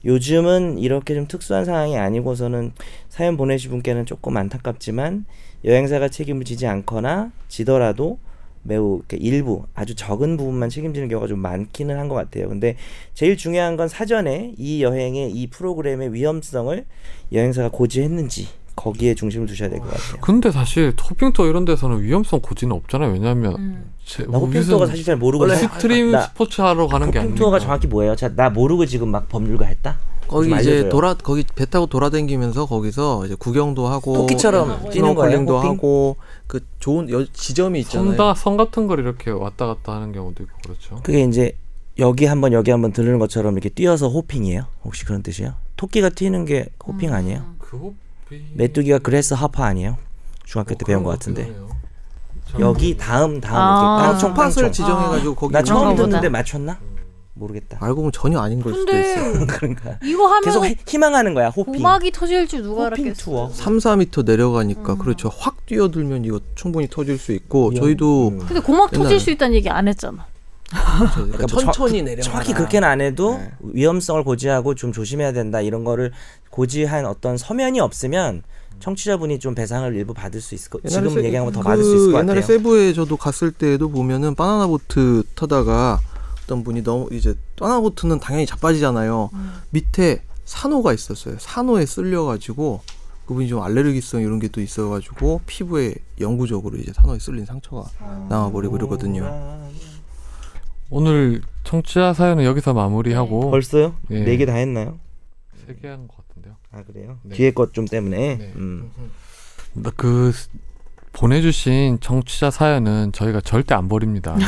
요즘은 이렇게 좀 특수한 상황이 아니고서는 사연 보내신 분께는 조금 안타깝지만 여행사가 책임을 지지 않거나 지더라도 매우 이렇게 일부 아주 적은 부분만 책임지는 경우가 좀 많기는 한 것 같아요. 근데 제일 중요한 건 사전에 이 여행의 이 프로그램의 위험성을 여행사가 고지했는지 거기에 중심을 두셔야 될 것 같아요. 근데 사실 토핑토 이런 데서는 위험성 고지는 없잖아요. 왜냐하면 음. 제, 나 호핑투어가 사실 잘 모르고 원래 스트림 아, 나 스포츠 하러 가는 게 호핑투어가 아니니까. 정확히 뭐예요? 자, 나 모르고 지금 막 법률가 했다. 거기 좀 이제 알려줘요. 돌아 거기 배 타고 돌아다니면서 거기서 이제 구경도 하고 네, 토끼처럼 뛰는 거예요, 스노클링도 호핑? 하고 그 좋은 여, 지점이 있잖아요. 성다 성 같은 걸 이렇게 왔다 갔다 하는 경우도 있고 그렇죠. 그게 이제 여기 한번 여기 한번 들르는 것처럼 이렇게 뛰어서 호핑이에요? 혹시 그런 뜻이에요? 토끼가 튀는 게 호핑 아니에요? 음. 그 호피 메뚜기가 그레스 하파 아니에요? 중학교 때 네, 어, 배운 것 같은데 여기 다음 다음 아. 이렇게 깡총 총팟을 깡총 지정해가지고 거기 아. 나 처음 그런가 보다. 듣는데 맞췄나? 모르겠다 알고 보면 전혀 아, 아닌 걸 수도 근데 있어요. 그런가 이거 하면 계속 희- 희망하는 거야 호핑 고막이 터질 줄 누가 호핑 알았겠어. 투어 3, 4미터 음. 내려가니까 그렇죠. 확 뛰어들면 이거 충분히 터질 수 있고 저희도 음. 근데 고막 옛날에. 터질 수 있다는 얘기 안 했잖아. 그렇죠. 그러니까 그러니까 뭐 천천히 저- 네. 내려. 정확히 그렇게는 안 해도 위험성을 고지하고 좀 조심해야 된다 이런 거를 고지한 어떤 서면이 없으면 청취자분이 좀 배상을 일부 받을 수 있을 거 지금 얘기하면 더 받을 수 있을 것 같아요. 그 옛날에 세부에 저도 갔을 때에도 보면은 바나나 보트 타다가 어떤 분이 너무 이제 바나나 보트는 당연히 자빠지잖아요. 음. 밑에 산호가 있었어요. 산호에 쓸려가지고 그분이 좀 알레르기성 이런 게 또 있어가지고 피부에 영구적으로 이제 산호에 쓸린 상처가 남아버리고 어. 이러거든요. 오늘 청취자 사연은 여기서 마무리하고 벌써요? 예. 네 개 다 했나요? 세개 한 것 같은데요. 아 그래요? 네. 뒤에 것 좀 때문에. 네. 음. 그 스- 보내주신 청취자 사연은 저희가 절대 안 버립니다. 네.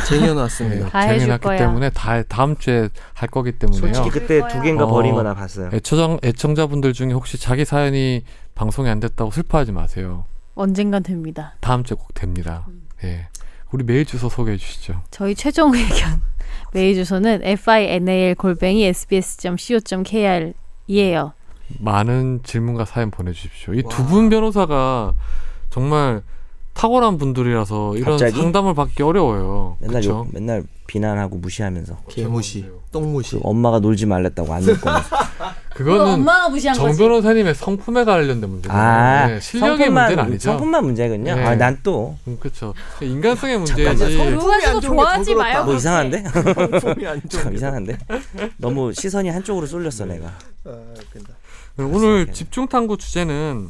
쟁여놨습니다. 다 해줄 쟁여놨기 거야. 때문에 다 다음 주에 할 거기 때문에요. 음. 솔직히 그때 두 개인가 어. 버린 거나 봤어요. 애청자 애청자분들 중에 혹시 자기 사연이 방송이 안 됐다고 슬퍼하지 마세요. 언젠간 됩니다. 다음 주에 꼭 됩니다. 예. 우리 메일 주소 소개해 주시죠. 저희 최종 의견 메일 주소는 final 골뱅이 sbs.co.kr 이에요. 많은 질문과 사연 보내주십시오. 이 두 분 변호사가 정말 탁월한 분들이라서 이런 갑자기? 상담을 받기 어려워요. 맨날 그렇죠? 욕, 맨날 비난하고 무시하면서 개무시, 똥무시. 어, 그리고 엄마가 놀지 말랬다고 안놀 거면서. 그거는 무시한 정 변호사님의 성품에 관련된 문제예요. 아 네, 실력의 성품만- 문제는 아니죠. 성품만 문제군요. 네. 아난또 음, 그렇죠. 인간성의 어, 그 문제지. 그 누가 지금 좋아하지 마요. 뭐 이상한데? 성품이 안 참 이상한데? 너무 시선이 한쪽으로 쏠렸어 내가. 네. 아, 근데 오늘 집중 탐구 주제는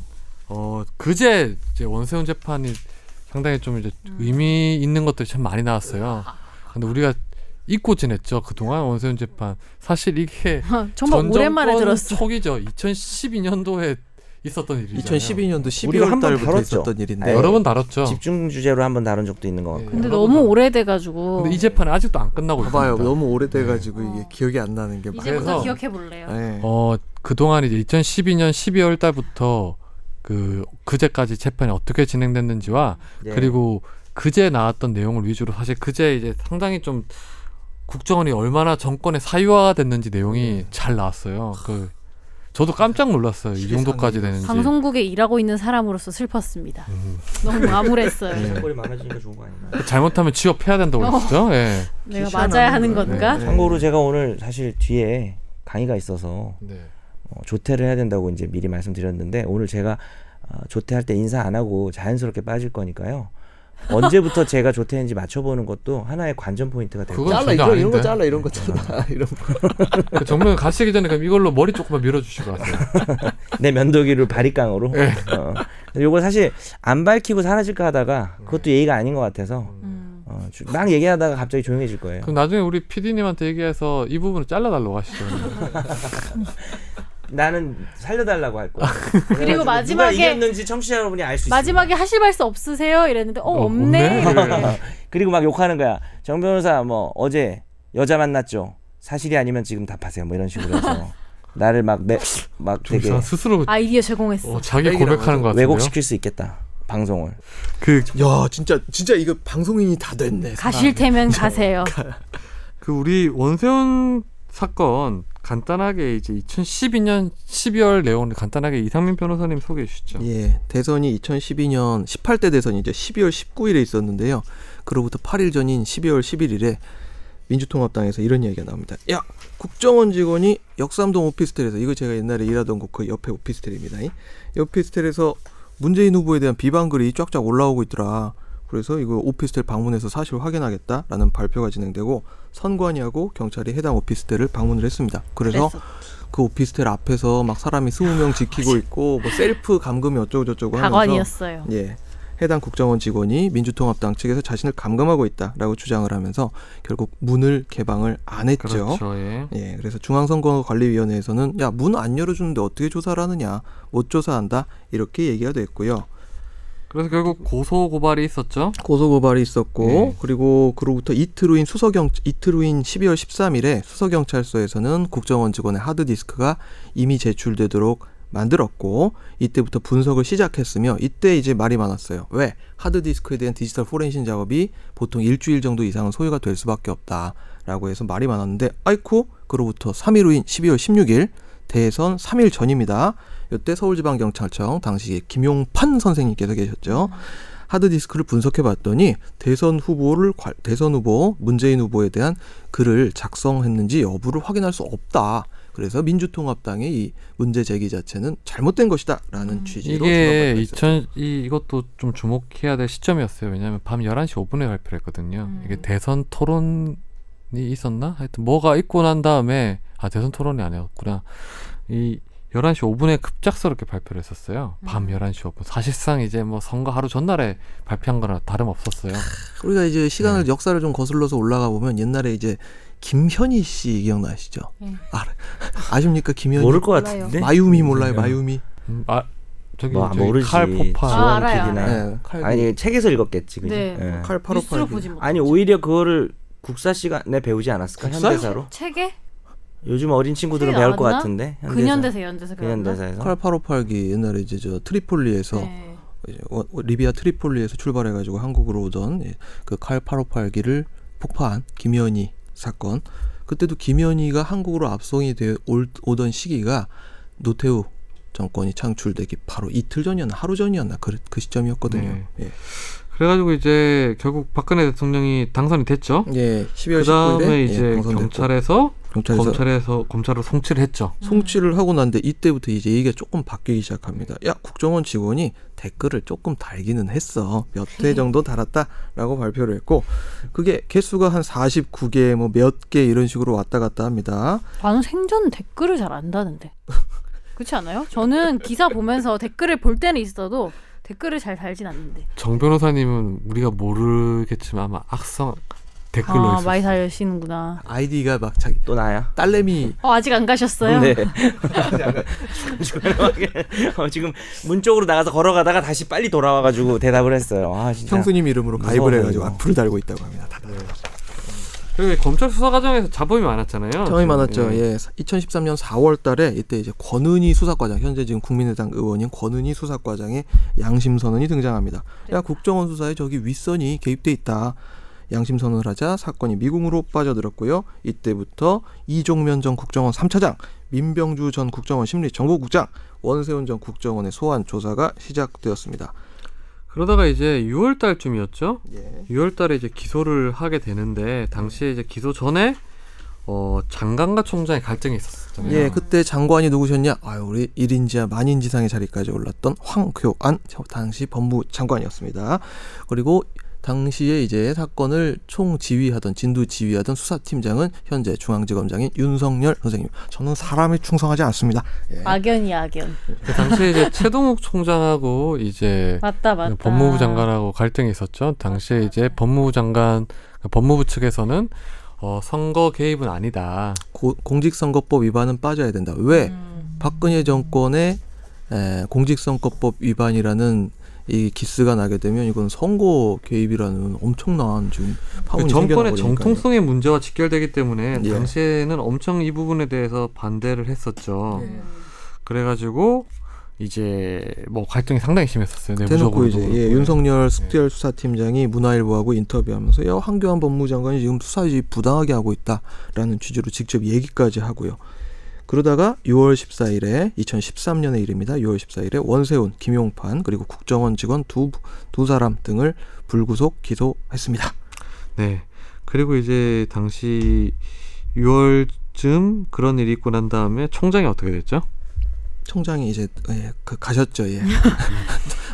어 그제 이제 원세훈 재판이 상당히 좀 이제 음. 의미 있는 것들이 참 많이 나왔어요. 근데 우리가 잊고 지냈죠. 그동안 원세훈 재판. 사실 이게 정말 오랜만에 정권 들었어. 초기죠. 2012년도에 있었던 일이잖아요. 2012년도 12월 한번 달부터 다뤘죠. 있었던 일인데 네. 여러 번 다뤘죠. 집중 주제로 한번 다룬 적도 있는 것 같고. 예. 근데 너무 오래돼가지고 근데 이 재판은 아직도 안 끝나고 봐봐요. 있습니다. 너무 오래돼가지고 네. 이게 기억이 안 나는 게 이제부터 많아서. 그래서- 기억해 볼래요. 네. 어 그동안 이제 2012년 12월 달부터 그 그제까지 재판이 어떻게 진행됐는지와 네. 그리고 그제 나왔던 내용을 위주로 사실 그제 이제 상당히 좀 국정원이 얼마나 정권의 사유화가 됐는지 내용이 잘 나왔어요. 그 저도 깜짝 놀랐어요. 이 정도까지 되는지. 방송국에 일하고 있는 사람으로서 슬펐습니다. 너무 네. 암울했어요. 시간골이 많아지니까 좋은 거 아닌가? 잘못하면 취업해야 어. 된다고 그랬죠. 예. 내가 기시하는 맞아야 하는 거예요. 건가? 네. 참고로 제가 오늘 사실 뒤에 강의가 있어서 네. 어, 조퇴를 해야 된다고 이제 미리 말씀드렸는데 오늘 제가 어, 조퇴할 때 인사 안 하고 자연스럽게 빠질 거니까요. 언제부터 제가 조퇴했는지 맞춰보는 것도 하나의 관전 포인트가 될 그건 것 잘라 전혀 이런, 이런 거 아닌데. 잘라 이런 거 잘라 이런 거. 그 정면 가시기 전에 그럼 이걸로 머리 조금만 밀어주시고 가세요. 내 면도기를 바리깡으로. 예. 어. 근데 요거 사실 안 밝히고 사라질까 하다가 그것도 예의가 아닌 것 같아서 네. 음. 어, 주- 막 얘기하다가 갑자기 조용해질 거예요. 그럼 나중에 우리 PD님한테 얘기해서 이 부분을 잘라달라고 하시죠. 나는 살려달라고 할 거야. 그래가지고 누가 마지막에- 이겼는지 청취자 여러분이 알 수 있어. 마지막에 하실 말씀 없으세요? 이랬는데 어, 어, 없네. 없네? 이러고. 그리고 막 욕하는 거야. 정 변호사 뭐 어제 여자 만났죠. 사실이 아니면 지금 답하세요. 뭐 이런 식으로 해서 나를 막 내 막 좀 되게 이상 스스로 아이디어 제공했어. 어, 자기 고백하는 것 같은데요. 네. 왜곡시킬 수 있겠다. 방송을. 야 진짜 진짜 이거 방송인이 다 됐네. 가실 테면 가세요. 그 우리 원세훈 사건 간단하게 이제 2012년 12월 내용을 간단하게 이상민 변호사님 소개해 주시죠. 예, 대선이 2012년 18대 대선이 이제 12월 19일에 있었는데요. 그로부터 8일 전인 12월 11일에 민주통합당에서 이런 이야기가 나옵니다. 야, 국정원 직원이 역삼동 오피스텔에서 이거 제가 옛날에 일하던 곳 그 옆에 오피스텔입니다. 이 오피스텔에서 문재인 후보에 대한 비방 글이 쫙쫙 올라오고 있더라. 그래서 이거 오피스텔 방문해서 사실 확인하겠다라는 발표가 진행되고 선관위하고 경찰이 해당 오피스텔을 방문을 했습니다. 그래서 그 오피스텔 앞에서 막 사람이 스무 명 지키고 있고 뭐 셀프 감금이 어쩌고 저쩌고 하면서 박원이었어요. 예. 해당 국정원 직원이 민주통합당 측에서 자신을 감금하고 있다라고 주장을 하면서 결국 문을 개방을 안 했죠. 그렇죠. 예. 예, 그래서 중앙선거관리위원회에서는 야 문 안 열어주는데 어떻게 조사를 하느냐, 못 조사한다 이렇게 얘기가 됐고요. 그래서 결국 고소 고발이 있었죠. 고소 고발이 있었고 네. 그리고 그로부터 이틀 후인 수서경 이틀 후인 12월 13일에 수서경찰서에서는 국정원 직원의 하드 디스크가 이미 제출되도록 만들었고 이때부터 분석을 시작했으며 이때 이제 말이 많았어요. 왜 하드 디스크에 대한 디지털 포렌신 작업이 보통 일주일 정도 이상은 소요가 될 수밖에 없다라고 해서 말이 많았는데 아이쿠 그로부터 3일 후인 12월 16일 대선 3일 전입니다. 이때 서울지방경찰청 당시 김용판 선생님께서 계셨죠. 하드디스크를 분석해봤더니 대선 후보를 관- 대선 후보 문재인 후보에 대한 글을 작성했는지 여부를 확인할 수 없다. 그래서 민주통합당의 이 문제 제기 자체는 잘못된 것이다라는 취지로 음, 이게 조사받고 있어요. 2000 이, 이것도 좀 주목해야 될 시점이었어요. 왜냐하면 밤 11시 5분에 발표를 했거든요. 음. 이게 대선 토론이 있었나? 하여튼 뭐가 있고 난 다음에 아 대선 토론이 아니었구나. 이 11시 5분에 급작스럽게 발표를 했었어요. 밤 음. 11시 5분. 사실상 이제 뭐 선거 하루 전날에 발표한 거나 다름없었어요. 우리가 이제 네. 시간을 역사를 좀 거슬러서 올라가 보면 옛날에 이제 김현희 씨 기억나시죠? 예. 아, 아십니까 김현희? 모를 것 몰라요. 같은데. 마유미 몰라요 마유미. 음, 아 저기 뭐, 아, 저기 모르지. 칼 지원- 폭파 아, 알아요, 지원 PD나. 네, 칼, 아니 책에서 읽었겠지. 그지? 네. 예. 칼8 5 뉴스로 8 보지 못. 아니 오히려 그거를 국사 시간에 배우지 않았을까? 국사요? 현대사로. 책에 요즘 어린 친구들은 책이 배울 것 나왔나? 같은데. 근현대사 연재서 그랬나? 근현대사에서. 칼 858기 옛날에 이제 저 트리폴리에서 네. 이제 원- 리비아 트리폴리에서 출발해가지고 한국으로 오던 그 칼 858기를 폭파한 김현희 사건. 그때도 김현희가 한국으로 압송이 되어 올- 오던 시기가 노태우 정권이 창출되기 바로 이틀 전이었나 하루 전이었나 그, 그 시점이었거든요. 네. 예. 그래가지고 이제 결국 박근혜 대통령이 당선이 됐죠. 예, 12월 19일에 그다음에 예, 이제 경찰에서 경찰에서 검찰에서 검찰로 송치를 했죠. 송치를 하고 난데 이때부터 이제 얘기가 조금 바뀌기 시작합니다. 야 국정원 직원이 댓글을 조금 달기는 했어. 몇 회 정도 달았다라고 발표를 했고 그게 개수가 한 49개 뭐 몇 개 이런 식으로 왔다 갔다 합니다. 나는 아, 생전 댓글을 잘 안다는데. 그렇지 않아요? 저는 기사 보면서 댓글을 볼 때는 있어도 댓글을 잘 달진 않는데. 정 변호사님은 우리가 모르겠지만 아마 악성 댓글로 아 했었어요. 많이 달리시는구나. 아이디가 막 자기 또 나야. 딸내미 어 아직 안 가셨어요? 네. 어, 지금 문 쪽으로 나가서 걸어가다가 다시 빨리 돌아와가지고 대답을 했어요. 아 진짜. 형수님 이름으로 가입을 무서워요, 해가지고 이거. 악플을 달고 있다고 합니다. 다들. 그리고 검찰 수사 과정에서 잡음이 많았잖아요. 상황이 많았죠. 예. 예. 2013년 4월 달에 이때 이제 권은희 수사과장, 현재 지금 국민의당 의원인 권은희 수사과장의 양심 선언이 등장합니다. 야, 국정원 수사에 저기 윗선이 개입돼 있다. 양심 선언을 하자 사건이 미궁으로 빠져들었고요. 이때부터 이종면 전 국정원 3차장, 민병주 전 국정원 심리정보국장, 원세훈 전 국정원의 소환 조사가 시작되었습니다. 그러다가 이제 6월 달쯤이었죠. 예. 6월 달에 이제 기소를 하게 되는데 당시에 이제 기소 전에 어, 장관과 총장의 갈등이 있었잖아요. 예, 그때 장관이 누구셨냐? 아유, 우리 1인지하 만인지상의 자리까지 올랐던 황교안 저 당시 법무 장관이었습니다. 그리고 당시에 이제 사건을 총 지휘하던 진두 지휘하던 수사팀장은 현재 중앙지검장인 윤석열 선생님. 저는 사람에 충성하지 않습니다. 예. 악연이 악연. 그 당시에 이제 최동욱 총장하고 이제 아, 맞다 맞다. 법무부 장관하고 갈등이 있었죠. 당시에 이제 법무부 장관 법무부 측에서는 어, 선거 개입은 아니다. 고- 공직선거법 위반은 빠져야 된다. 왜? 음. 박근혜 정권의 에, 공직선거법 위반이라는 이 기스가 나게 되면 이건 선거 개입이라는 엄청난 지금 그 파문이 정권의 생겨나버리니까요. 정통성의 문제와 직결되기 때문에 예. 당시에는 엄청 이 부분에 대해서 반대를 했었죠. 그래가지고 이제 뭐 갈등이 상당히 심했었어요. 네. 대놓고 내부적으로도 이제 그렇고. 예, 윤석열 특별수사팀장이 문화일보하고 인터뷰하면서 야 황교안 법무장관이 지금 수사 지 부당하게 하고 있다라는 취지로 직접 얘기까지 하고요. 그러다가 6월 14일에 2013년의 일입니다. 6월 14일에 원세훈, 김용판 그리고 국정원 직원 두 두 사람 등을 불구속 기소했습니다. 네. 그리고 이제 당시 6월쯤 그런 일이 있고 난 다음에 총장이 어떻게 됐죠? 총장이 이제 예, 그 가셨죠. 예.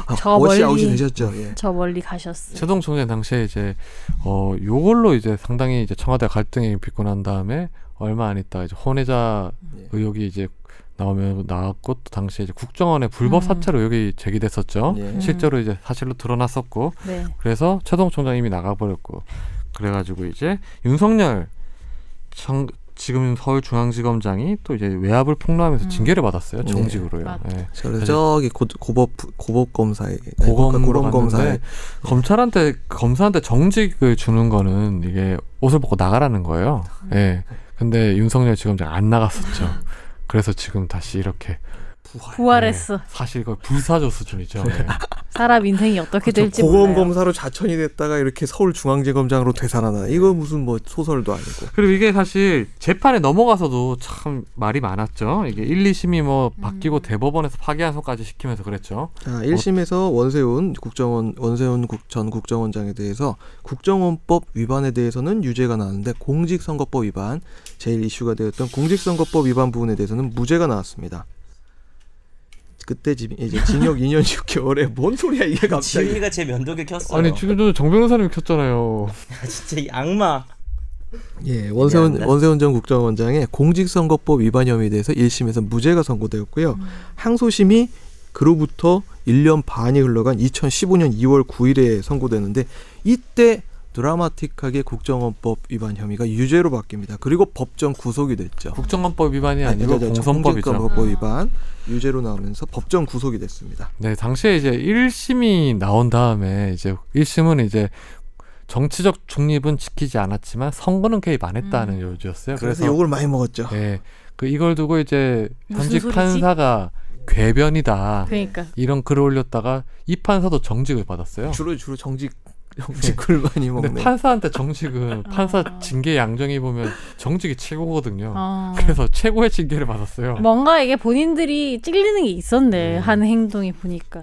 아, 저 워시 멀리. 아웃이 되셨죠. 예. 저 멀리 가셨어. 최동 총장 당시에 이제 어 요걸로 이제 상당히 이제 청와대 갈등이 빚고 난 다음에 얼마 안 있다 이제 혼외자 예. 의혹이 이제 나오면 나왔고 또 당시에 이제 국정원의 불법 음. 사찰 의혹이 제기됐었죠. 예. 실제로 이제 사실로 드러났었고 네. 그래서 최동 총장 이미 나가버렸고 그래가지고 이제 윤석열 청, 지금 서울중앙지검장이 또 이제 외압을 폭로하면서 음. 징계를 받았어요 네. 정직으로요. 맞다. 예. 그래서 저기 고, 고법 고법 검사에 아니, 고검으로 고검 검사에 갔는데 검찰한테 검사한테 정직을 주는 거는 이게 옷을 벗고 나가라는 거예요. 예. 근데 윤석열 지검장 안 나갔었죠. 그래서 지금 다시 이렇게 부활했어. 사실 거의 불사조 수준이죠. 예. 사람 인생이 어떻게 될지 고검 몰라요. 검사로 자천이 됐다가 이렇게 서울중앙지검장으로 되살아나. 이거 무슨 뭐 소설도 아니고. 그리고 이게 사실 재판에 넘어가서도 참 말이 많았죠. 이게 1, 2심이 뭐 바뀌고 대법원에서 파기환송까지 시키면서 그랬죠. 자, 1심에서 원세훈 국정원 원세훈 국- 전 국정원장에 대해서 국정원법 위반에 대해서는 유죄가 나왔는데 공직선거법 위반 제일 이슈가 되었던 공직선거법 위반 부분에 대해서는 무죄가 나왔습니다. 그때 지- 이제 징역 2년 6개월에 뭔 소리야 이게 갑자기? 지훈이가 제 면도기 켰어요. 아니 지금 전에 정 변호사님 켰잖아요. 진짜 이 악마. 예, 원세훈 미안합니다. 원세훈 전 국정원장의 공직선거법 위반 혐의에 대해서 1심에서 무죄가 선고되었고요. 음. 항소심이 그로부터 1년 반이 흘러간 2015년 2월 9일에 선고되는데 이때 드라마틱하게 국정원법 위반 혐의가 유죄로 바뀝니다. 그리고 법정 구속이 됐죠. 국정원법 위반이 아니, 그러니까 아니고 저, 저, 저, 공선법이죠. 음. 공직선거법 위반 유죄로 나오면서 법정 구속이 됐습니다. 네, 당시에 이제 1심이 나온 다음에 이제 1심은 이제 정치적 중립은 지키지 않았지만 선거는 개입 안 했다는 음. 요지였어요. 그래서 그래서, 욕을 많이 먹었죠. 예, 그 이걸 두고 이제 무슨 현직 소리지? 판사가 궤변이다. 그러니까 이런 글을 올렸다가 이 판사도 정직을 받았어요. 네. 주로 주로 정직 정직을 많이 근데 먹네. 판사한테 정직은 판사 아. 징계 양정이 보면 정직이 최고거든요. 어. 그래서 최고의 징계를 받았어요. 뭔가 이게 본인들이 찔리는 게 있었네 음. 한 행동이 보니까.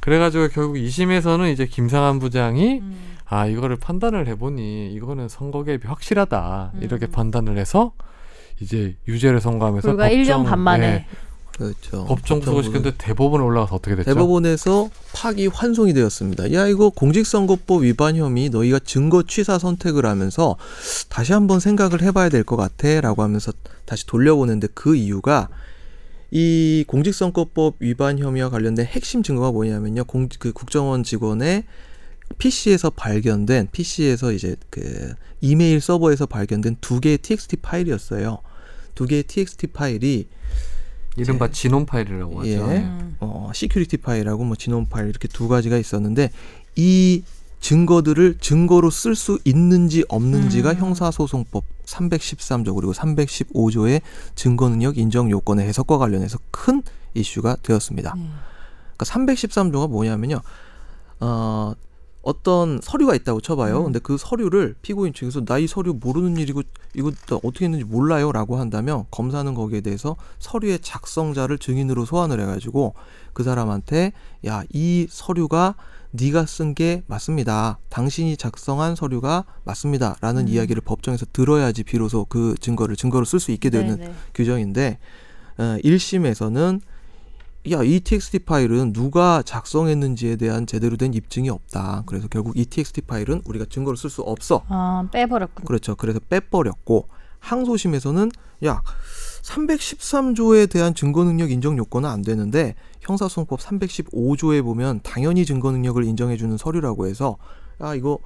그래가지고 결국 2심에서는 이제 김상한 부장이 음. 아 이거를 판단을 해보니 이거는 선거 개입이 확실하다 음. 이렇게 판단을 해서 이제 유죄를 선고하면서 불과 1년 반 만에. 예, 그렇죠. 법정 구속을 시켰는데 대법원 올라가서 어떻게 됐죠? 대법원에서 파기 환송이 되었습니다. 야 이거 공직선거법 위반 혐의 너희가 증거 취사 선택을 하면서 다시 한번 생각을 해봐야 될 것 같아라고 하면서 다시 돌려보는데 그 이유가 이 공직선거법 위반 혐의와 관련된 핵심 증거가 뭐냐면요. 공, 그 국정원 직원의 PC에서 발견된 PC에서 이제 그 이메일 서버에서 발견된 두 개의 TXT 파일이었어요. 두 개의 TXT 파일이 이른바 진원 파일이라고 하죠. 예. 예. 음. 어, 시큐리티 파일하고 뭐 지놈 파일 이렇게 두 가지가 있었는데 이 증거들을 증거로 쓸 수 있는지 없는지가 음. 형사소송법 313조 그리고 315조의 증거능력 인정 요건의 해석과 관련해서 큰 이슈가 되었습니다. 네. 그러니까 313조가 뭐냐면요. 어, 어떤 서류가 있다고 쳐봐요. 음. 근데 그 서류를 피고인 측에서 나 이 서류 모르는 일이고 이거 나 어떻게 했는지 몰라요라고 한다면 검사는 거기에 대해서 서류의 작성자를 증인으로 소환을 해가지고 그 사람한테 야 이 서류가 네가 쓴 게 맞습니다. 당신이 작성한 서류가 맞습니다라는 음. 이야기를 법정에서 들어야지 비로소 그 증거를 증거로 쓸 수 있게 되는 네, 네. 규정인데 어, 1심에서는 야, E 이 TXT 파일은 누가 작성했는지에 대한 제대로 된 입증이 없다. 그래서 결국 E 이 TXT 파일은 우리가 증거로 쓸 수 없어. 아 빼버렸군. 그렇죠. 그래서 빼버렸고 항소심에서는 야, 313조에 대한 증거능력 인정 요건은 안 되는데 형사소송법 315조에 보면 당연히 증거능력을 인정해주는 서류라고 해서 아 이거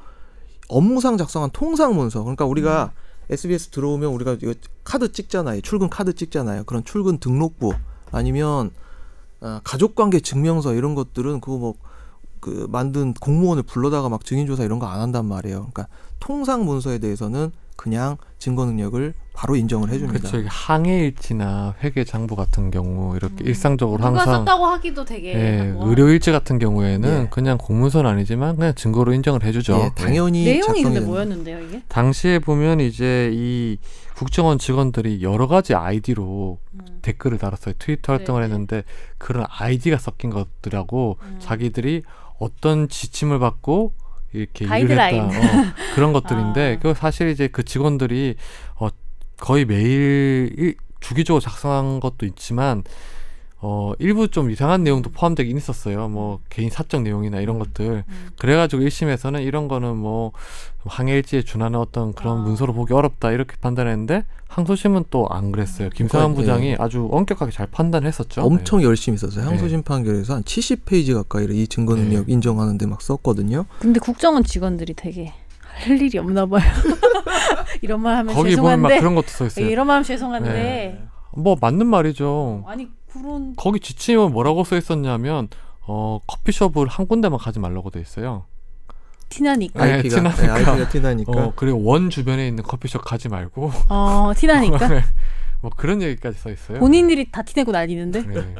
업무상 작성한 통상 문서 그러니까 우리가 음. SBS 들어오면 우리가 이거 카드 찍잖아요 출근 카드 찍잖아요 그런 출근 등록부 아니면 아, 가족관계 증명서 이런 것들은 그거 뭐 그 만든 공무원을 불러다가 막 증인조사 이런 거 안 한단 말이에요. 그러니까 통상 문서에 대해서는 그냥 증거 능력을 바로 인정을 해줍니다. 그렇죠. 이게 항해일지나 회계 장부 같은 경우 이렇게 음. 일상적으로 누가 항상 썼다고 하기도 되게 예, 뭐 의료일지 같은 경우에는 예. 그냥 공문서는 아니지만 그냥 증거로 인정을 해주죠. 예, 당연히 내용이 작성이 근데 되는 뭐였는데요 이게? 당시에 보면 이제 이 국정원 직원들이 여러 가지 아이디로 음. 댓글을 달았어요. 트위터 활동을 네. 했는데 그런 아이디가 섞인 것들하고 음. 자기들이 어떤 지침을 받고 이렇게 일을 가이드라인. 했다 어, 그런 것들인데 아. 그 사실 이제 그 직원들이 어, 거의 매일 일- 주기적으로 작성한 것도 있지만 어, 일부 좀 이상한 내용도 포함되긴 있었어요. 뭐 개인 사적 내용이나 이런 것들. 음. 그래가지고 1심에서는 이런 거는 뭐 항해일지에 준하는 어떤 그런 아. 문서로 보기 어렵다 이렇게 판단했는데 항소심은 또 안 음. 그랬어요. 네. 김상환 그러니까, 부장이 아주 엄격하게 잘 판단했었죠. 엄청 열심히 썼어요. 네. 항소심 판결에서 한 70페이지 가까이를 이 증거 능력 네. 인정하는데 막 썼거든요. 근데 국정원 직원들이 되게 할 일이 없나 봐요. 이런 말 네. 하면 거기 보면 막 죄송한데 예, 그런 것도 써 있어요. 이런 말 하면 죄송한데 네. 뭐 맞는 말이죠. 아니 그런 거기 지침은 뭐라고 써 있었냐면 어 커피숍을 한 군데만 가지 말라고 돼 있어요. 티나니까 네, IP가 티나니까. IP가 그러니까. 티나니까 어 그리고 원 주변에 있는 커피숍 가지 말고 어 티나니까 뭐 그런 얘기까지 써 있어요. 본인들이 다 티내고 날리는데 네.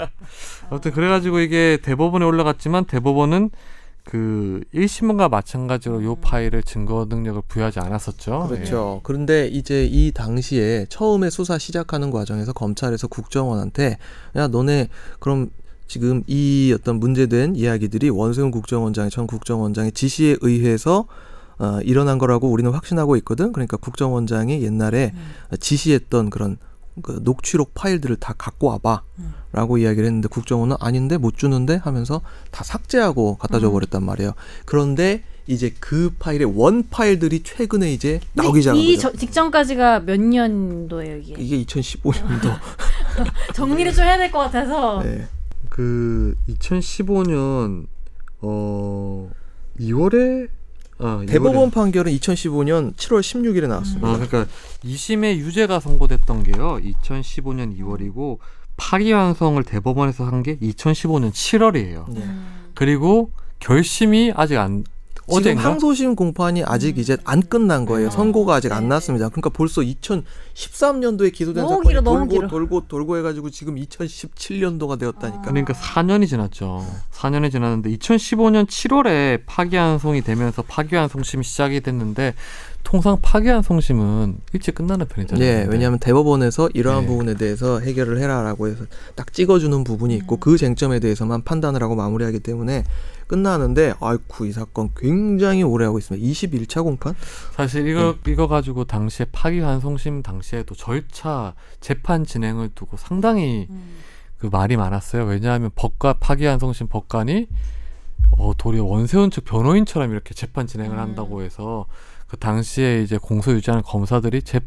아무튼 그래가지고 이게 대법원에 올라갔지만 대법원은 그 1심과 마찬가지로 요 파일을 증거 능력을 부여하지 않았었죠. 음. 그렇죠. 그런데 이제 이 당시에 처음에 수사 시작하는 과정에서 검찰에서 국정원한테 야 너네 그럼 지금 이 어떤 문제된 이야기들이 원세훈 국정원장의 전 국정원장의 지시에 의해서 어, 일어난 거라고 우리는 확신하고 있거든. 그러니까 국정원장이 옛날에 음. 지시했던 그런 그 녹취록 파일들을 다 갖고 음. 와봐라고 이야기를 했는데 국정원은 아닌데 못 주는데 하면서 다 삭제하고 음. 갖다 줘버렸단 말이에요. 그런데 이제 그 파일의 원 파일들이 최근에 이제 나오기 시작한 이 거죠. 저, 직전까지가 몇 년도예요 이게 이게 2015년도. 정리를 좀 해야 될 것 같아서 네. 그 2015년 어 2월에 아, 대법원 판결은 2015년 7월 16일에 음. 아, 나왔습니다. 그러니까 2심에 유죄가 선고됐던 게요. 2015년 2월이고 파기환송을 대법원에서 한 게 2015년 7월이에요. 네. 음. 그리고 결심이 아직 안 지금 어제인가? 항소심 공판이 아직 음. 이제 안 끝난 거예요. 네. 선고가 아직 안 네. 났습니다. 그러니까 벌써 2013년도에 기소된 너무 사건이 길어, 너무 돌고 길어. 아. 돌고 돌고 해가지고 지금 2017년도가 되었다니까. 그러니까 4년이 지났죠. 4년이 지났는데 2015년 7월에 파기환송이 되면서 파기환송심이 시작이 됐는데 통상 파기환송심은 일찍 끝나는 편이잖아요. 예, 왜냐하면 대법원에서 이러한 네. 부분에 대해서 해결을 해라라고 해서 딱 찍어주는 부분이 있고 음. 그 쟁점에 대해서만 판단을 하고 마무리하기 때문에 끝나는데 아이쿠 이 사건 굉장히 오래 하고 있습니다. 21차 공판? 사실 이거 음. 이거 가지고 당시에 파기환송심 당시에도 절차 재판 진행을 두고 상당히 음. 그 말이 많았어요. 왜냐하면 법과 파기환송심 법관이 어, 도리어 원세훈 측 변호인처럼 이렇게 재판 진행을 음. 한다고 해서 그 당시에 이제 공소 유지하는 검사들이 재,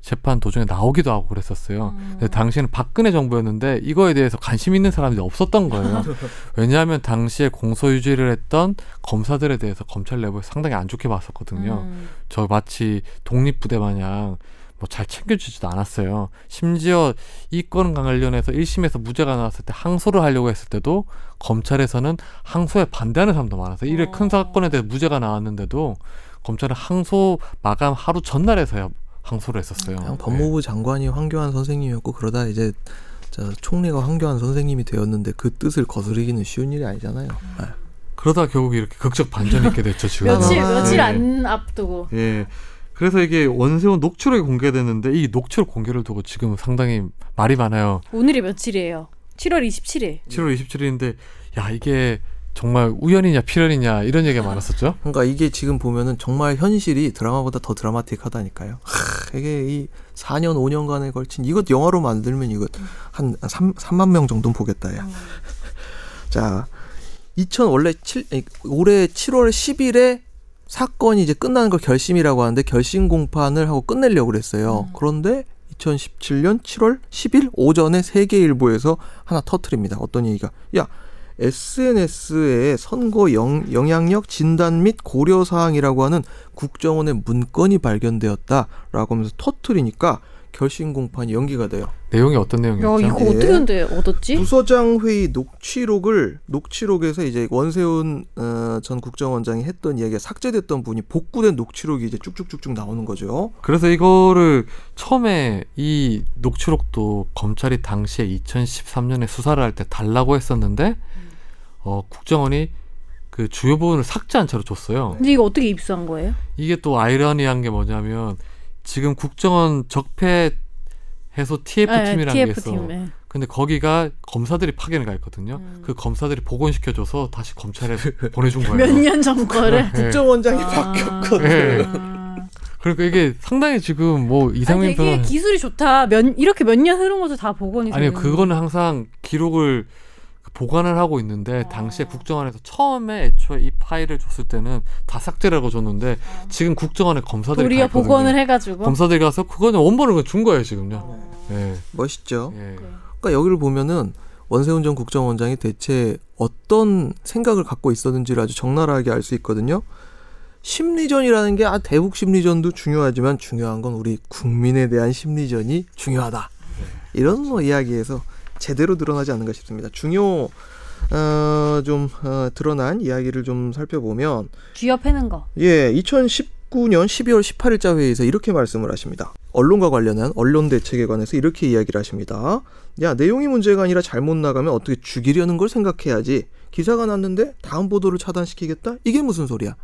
재판 도중에 나오기도 하고 그랬었어요. 음. 근데 네, 당시에는 박근혜 정부였는데 이거에 대해서 관심 있는 사람이 없었던 거예요. 왜냐하면 당시에 공소 유지를 했던 검사들에 대해서 검찰 내부에서 상당히 안 좋게 봤었거든요. 음. 저 마치 독립부대 마냥 뭐 잘 챙겨주지도 않았어요. 심지어 이 건과 관련해서 1심에서 무죄가 나왔을 때 항소를 하려고 했을 때도 검찰에서는 항소에 반대하는 사람도 많아서 이래 어. 큰 사건에 대해 무죄가 나왔는데도 검찰은 항소 마감 하루 전날에서야 항소를 했었어요. 네. 그냥 법무부 장관이 황교안 선생님이었고 그러다 이제 저 총리가 황교안 선생님이 되었는데 그 뜻을 거스르기는 쉬운 일이 아니잖아요. 네. 그러다 결국 이렇게 극적 반전이 있게 됐죠 지금. 며칠 아, 며칠 예. 안 앞두고 예. 그래서 이게 원세훈 녹취록이 공개됐는데 이 녹취록 공개를 두고 지금 상당히 말이 많아요. 오늘이 며칠이에요? 7월 27일. 7월 27일인데 야 이게 정말 우연이냐 필연이냐 이런 얘기가 많았었죠. 그러니까 이게 지금 보면은 정말 현실이 드라마보다 더 드라마틱하다니까요. 하, 이게 이 4년 5년간에 걸친 이것 영화로 만들면 이거 한 3, 3만 명 정도는 보겠다 야. 자, 2000 원래 7 아니, 올해 7월 10일에 사건이 이제 끝나는 걸 결심이라고 하는데 결심 공판을 하고 끝내려고 그랬어요. 그런데 2017년 7월 10일 오전에 세계일보에서 하나 터트립니다. 어떤 얘기가 야 SNS에 선거 영, 영향력 진단 및 고려 사항이라고 하는 국정원의 문건이 발견되었다라고 하면서 터트리니까 결심 공판이 연기가 돼요. 내용이 어떤 야 내용이었죠? 이거 예. 어떻게 근데 얻었지? 부서장 회의 녹취록을 녹취록에서 이제 원세훈 어, 전 국정원장이 했던 이야기가 삭제됐던 분이 복구된 녹취록이 이제 쭉쭉쭉쭉 나오는 거죠. 그래서 이거를 처음에 이 녹취록도 검찰이 당시에 2013년에 수사를 할 때 달라고 했었는데 음. 어, 국정원이 그 주요 부분을 삭제한 채로 줬어요. 근데 이거 어떻게 입수한 거예요? 이게 또 아이러니한 게 뭐냐면 지금 국정원 적폐 해소 TF 팀이라는 게 있어. 네, 아, TF팀에. 네. 근데 거기가 검사들이 파견을 가 있거든요. 음. 그 검사들이 복원시켜줘서 다시 검찰에 보내준 거예요. 몇 년 전 거를. 예. 국정원장이 아. 바뀌었거든. 예. 아. 그러니까 이게 상당히 지금 뭐 아니, 이상민 되게 변호사 기술이 좋다. 몇, 이렇게 몇 년 흐른 것도 다 복원이 아니요 되는 그거는 항상 기록을 보관을 하고 있는데 아. 당시에 국정원에서 처음에 애초에 이 파일을 줬을 때는 다 삭제라고 줬는데 지금 국정원의 검사들이 아. 도리어 가 있거든요. 복원을 해가지고. 검사들이 가서 그거는 원본을 준 거예요 지금요. 어. 예. 멋있죠. 예. 그러니까 여기를 보면은 원세훈 전 국정원장이 대체 어떤 생각을 갖고 있었는지를 아주 적나라하게 알 수 있거든요. 심리전이라는 게 아, 대북 심리전도 중요하지만 중요한 건 우리 국민에 대한 심리전이 중요하다. 이런 뭐 이야기에서 제대로 드러나지 않는가 싶습니다. 중요 어, 좀 어, 드러난 이야기를 좀 살펴보면 쥐어패는 거. 예, 2019년 12월 18일자 회의에서 이렇게 말씀을 하십니다. 언론과 관련한 언론 대책에 관해서 이렇게 이야기를 하십니다. 야, 내용이 문제가 아니라 잘못 나가면 어떻게 죽이려는 걸 생각해야지. 기사가 났는데 다음 보도를 차단시키겠다? 이게 무슨 소리야?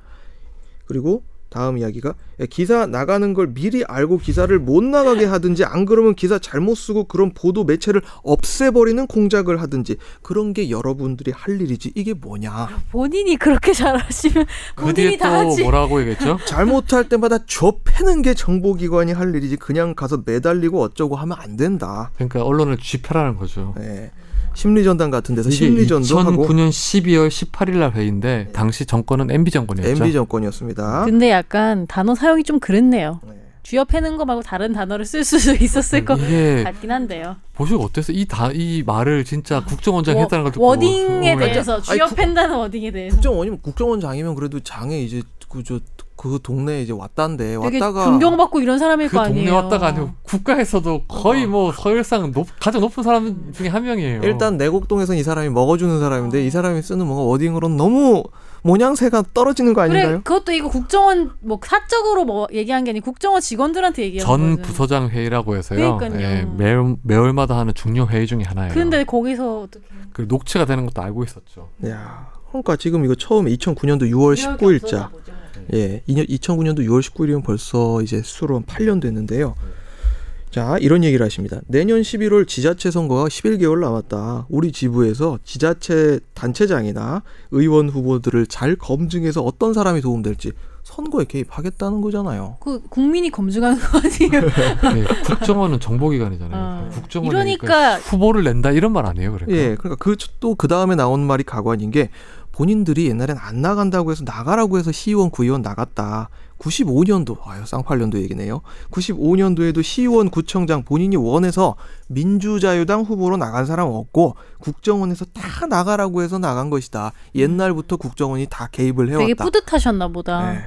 그리고 다음 이야기가 야, 기사 나가는 걸 미리 알고 기사를 못 나가게 하든지 안 그러면 기사 잘못 쓰고 그런 보도 매체를 없애버리는 공작을 하든지 그런 게 여러분들이 할 일이지 이게 뭐냐? 본인이 그렇게 잘하시면 그 본인이 뒤에 또 다 하지. 뭐라고 얘기했죠? 잘못할 때마다 줘 패는 게 정보기관이 할 일이지 그냥 가서 매달리고 어쩌고 하면 안 된다. 그러니까 언론을 쥐패라는 거죠. 예. 심리전단 같은 데서 이게 네, 심리전도 하고 2009년 12월 18일 날 네. 회의인데 당시 정권은 MB 정권이었죠. MB 정권이었습니다. 근데 약간 단어 사용이 좀 그랬네요. 어? 네. 쥐어패는 거 말고 다른 단어를 쓸 수도 있었을 것 이게 같긴 한데요. 보시고 어땠어요? 이 다 이 말을 진짜 국정원장 이 워- 했다는 걸 듣고 아, 워딩에 어, 대해서 아니, 그 국- 쥐어팬다는 워딩에 대해서 국정원이면 국정원장이면 그래도 장에 이제 그저그 동네에 이제 왔다는데 되게 왔다가 존경받고 이런 사람일 그 거 아니에요. 어. 동네 왔다가 아니고 국가에서도 거의 뭐 서열상 높, 가장 높은 사람 중에 한 명이에요. 일단 내곡동에선 이 사람이 먹어주는 사람인데 이 사람이 쓰는 뭔가 워딩으로는 너무 모양새가 떨어지는 거 그래 아닌가요? 그것도 이거 국정원 뭐 사적으로 뭐 얘기한 게 아니고 국정원 직원들한테 얘기한 전 거거든. 부서장 회의라고 해서요. 그러니까요. 예, 매, 매월마다 하는 중요 회의 중에 하나예요. 근데 거기서 어떻게 그 녹취가 되는 것도 알고 있었죠. 야, 그러니까 지금 이거 처음에 2009년도 6월 19일자 예, 2009년도 6월 19일이면 벌써 이제 수로 한 8년 됐는데요. 자, 이런 얘기를 하십니다. 내년 11월 지자체 선거가 11개월 남았다. 우리 지부에서 지자체 단체장이나 의원 후보들을 잘 검증해서 어떤 사람이 도움될지 선거에 개입하겠다는 거잖아요. 그 국민이 검증하는 거 아니에요? 예, 국정원은 정보기관이잖아요. 그러니까 어. 국정원 이러니까- 후보를 낸다 이런 말 아니에요. 그러니까 예, 그러니까 그 또 그 다음에 나온 말이 가관인 게 본인들이 옛날엔 안 나간다고 해서 나가라고 해서 시의원 구의원 나갔다. 95년도 아유 쌍팔년도 얘기네요. 95년도에도 시의원 구청장 본인이 원해서 민주자유당 후보로 나간 사람 없고 국정원에서 다 나가라고 해서 나간 것이다. 옛날부터 국정원이 다 개입을 음. 되게 네, 해왔다. 뿌듯하셨나 보다. 예.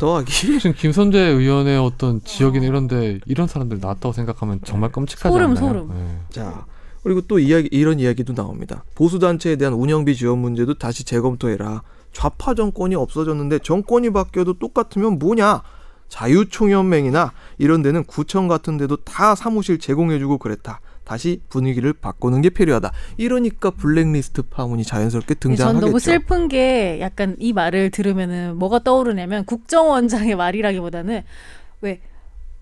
더하기 지금 김선재 의원의 어떤 지역이나 이런데 이런 사람들 나왔다고 생각하면 정말 끔찍하지 소름, 않나요? 소름. 네. 자 그리고 또 이야기 이런 이야기도 나옵니다. 보수 단체에 대한 운영비 지원 문제도 다시 재검토해라. 좌파 정권이 없어졌는데 정권이 바뀌어도 똑같으면 뭐냐? 자유총연맹이나 이런 데는 구청 같은 데도 다 사무실 제공해주고 그랬다. 다시 분위기를 바꾸는 게 필요하다. 이러니까 블랙리스트 파문이 자연스럽게 예, 네, 전 등장하겠죠. 너무 슬픈 게 약간 이 말을 들으면은 뭐가 떠오르냐면 국정원장의 말이라기보다는 왜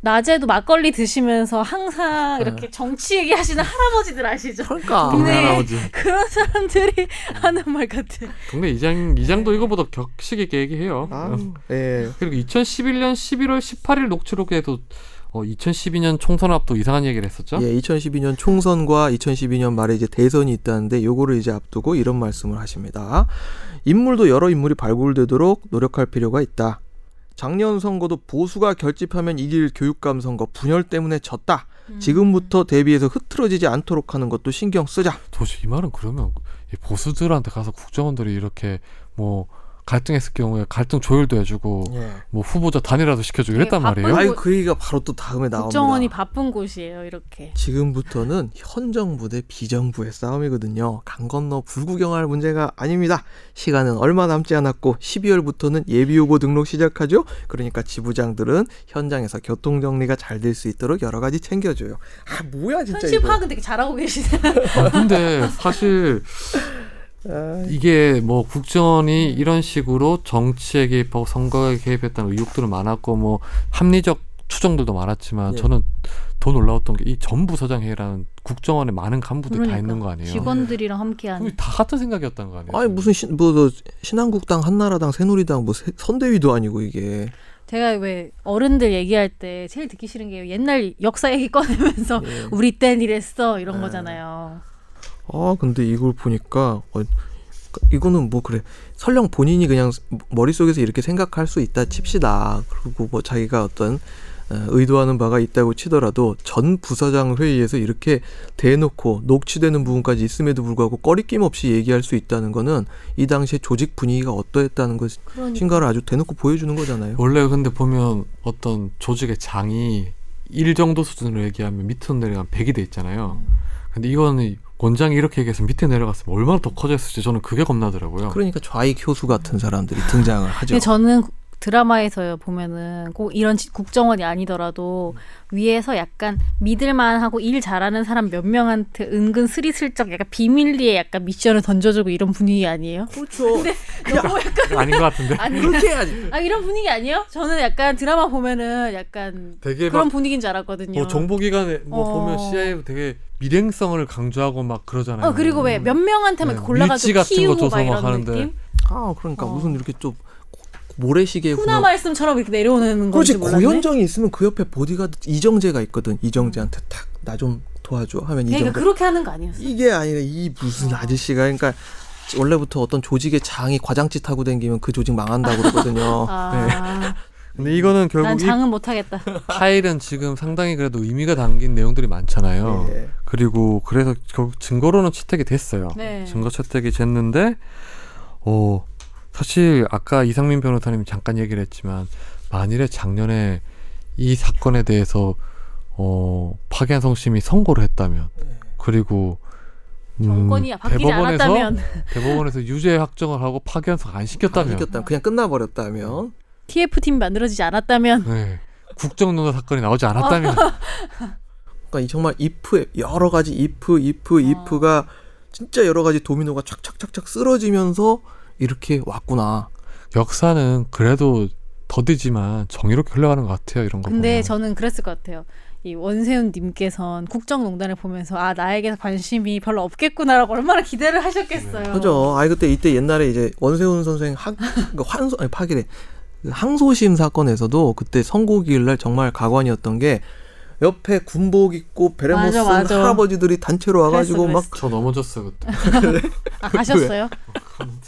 낮에도 막걸리 드시면서 항상 이렇게 정치 얘기하시는 할아버지들 아시죠? 네. 그러니까 동네 그런 사람들이 하는 말 같아. 동네 이장 이장도 이거보다 격식 있게 얘기해요. 아, 예. 그리고 2011년 11월 18일 녹취록에도 어, 2012년 총선 앞도 이상한 얘기를 했었죠. 예, 2012년 총선과 2012년 말에 이제 대선이 있다는데 요거를 이제 앞두고 이런 말씀을 하십니다. 인물도 여러 인물이 발굴되도록 노력할 필요가 있다. 작년 선거도 보수가 결집하면 이길 교육감 선거 분열 때문에 졌다. 음. 지금부터 대비해서 흐트러지지 않도록 하는 것도 신경 쓰자. 도대체 이 말은 그러면 이 보수들한테 가서 국정원들이 이렇게 뭐 갈등했을 경우에 갈등 조율도 해주고 예. 뭐 후보자 단일화도 시켜주고 되게 이랬단 말이에요. 바쁜 아이 그 얘기가 바로 또 다음에 나옵니다. 국정원이 바쁜 곳이에요, 이렇게. 지금부터는 현 정부 대 비정부의 싸움이거든요. 강 건너 불구경할 문제가 아닙니다. 시간은 얼마 남지 않았고 12월부터는 예비후보 등록 시작하죠. 그러니까 지부장들은 현장에서 교통 정리가 잘 될 수 있도록 여러 가지 챙겨줘요. 아 뭐야 진짜 현실 이거. 파악은 되게 잘하고 계시네. 아, 근데 사실 아, 이게 뭐 국정원이 이런 식으로 정치에 개입하고 선거에 개입했다는 의혹들은 많았고 뭐 합리적 추정들도 많았지만 예. 저는 더 놀라웠던 게 이 전부서장 회의라는 국정원의 많은 간부들이 그러니까. 다 있는 거 네. 아니에요? 직원들이랑 함께하는. 그럼 다 같은 생각이었던 거 아니에요? 아니 무슨 신, 뭐저 신한국당, 한나라당, 새누리당 뭐 세- 선대위도 아니고 이게 제가 왜 어른들 얘기할 때 제일 듣기 싫은 게 옛날 역사 얘기 꺼내면서 네. 우리 땐 이랬어 이런 거잖아요. 아 근데 이걸 보니까 어, 이거는 뭐 그래 설령 본인이 그냥 머릿속에서 이렇게 생각할 수 있다 칩시다 그리고 뭐 자기가 어떤 어, 의도하는 바가 있다고 치더라도 전 부서장 회의에서 이렇게 대놓고 녹취되는 부분까지 있음에도 불구하고 꺼리낌 없이 얘기할 수 있다는 거는 이 당시에 조직 분위기가 어떠했다는 것 그러니까. 신가를 아주 대놓고 보여주는 거잖아요. 원래 근데 보면 어떤 조직의 장이 1 정도 수준으로 얘기하면 밑으로 내려가면 100이 돼 있잖아요. 근데 이거는 원장이 이렇게 얘기해서 밑에 내려갔으면 얼마나 더 커졌을지 저는 그게 겁나더라고요. 그러니까 좌익 교수 같은 사람들이 등장을 하죠. 근데 저는 드라마에서 보면은 꼭 이런 지- 국정원이 아니더라도 위에서 약간 믿을만하고 일 잘하는 사람 몇 명한테 은근 스리슬쩍 약간 비밀리에 약간 미션을 던져주고 이런 분위기 아니에요? 그렇죠. 너무 약간 아닌 것 같은데. 아니 그렇게 해야지. 아 이런 분위기 아니에요? 저는 약간 드라마 보면은 약간 되게 그런 막 분위기인 줄 알았거든요. 뭐 정보기관에 뭐 어. 보면 CIA 되게 밀행성을 강조하고 막 그러잖아요. 어 그리고 왜 몇 네, 명한테만 밀지 골라가지고 같은 거 키우고 줘서 막 막 이런 하는데. 느낌? 아 그러니까 어. 무슨 이렇게 좀 모래시계 훈화 말씀처럼 이렇게 내려오는 건지 뭐 그렇지 몰랐네. 고현정이 있으면 그 옆에 보디가드 이정재가 있거든 이정재한테 탁 나 좀 도와줘 하면 이정재 그러니까 그렇게 하는 거 아니었어? 이게 아니라 이 무슨 아저씨가 그러니까 원래부터 어떤 조직의 장이 과장짓 하고 댕기면 그 조직 망한다고 그러거든요 네. 아, 근데 이거는 난 결국 이 장은 못하겠다. 파일은 지금 상당히 그래도 의미가 담긴 내용들이 많잖아요. 예. 그리고 그래서 결국 증거로는 채택이 됐어요. 네. 증거 채택이 됐는데 어 사실 아까 이상민 변호사님이 잠깐 얘기를 했지만 만일에 작년에 이 사건에 대해서 어 파기한 성심이 선고를 했다면 네. 그리고 음, 정권이 바뀌지 대법원에서 않았다면 대법원에서 유죄 확정을 하고 파기한 성안 시켰다면 이겼다 그냥 끝나버렸다면 TF 팀 만들어지지 않았다면 네. 국정농단 사건이 나오지 않았다면 그러니까 이 정말 if 여러 가지 if 아. if if가 진짜 여러 가지 도미노가 착착착착 쓰러지면서 이렇게 왔구나 역사는 그래도 더디지만 정의롭게 흘러가는 것 같아요 이런 거 근데 보면. 저는 그랬을 것 같아요. 이 원세훈 님께선 국정농단을 보면서 아 나에게 관심이 별로 없겠구나라고 얼마나 기대를 하셨겠어요. 그죠. 아이 그때 이때 옛날에 이제 원세훈 선생 학 그러니까 환소 아니 파기래 그 항소심 사건에서도 그때 선고기일날 정말 가관이었던 게 옆에 군복 입고 베레모 쓴 맞아, 맞아. 할아버지들이 단체로 와가지고 그랬어, 막 저 넘어졌어요 그때 아, 그, 아셨어요?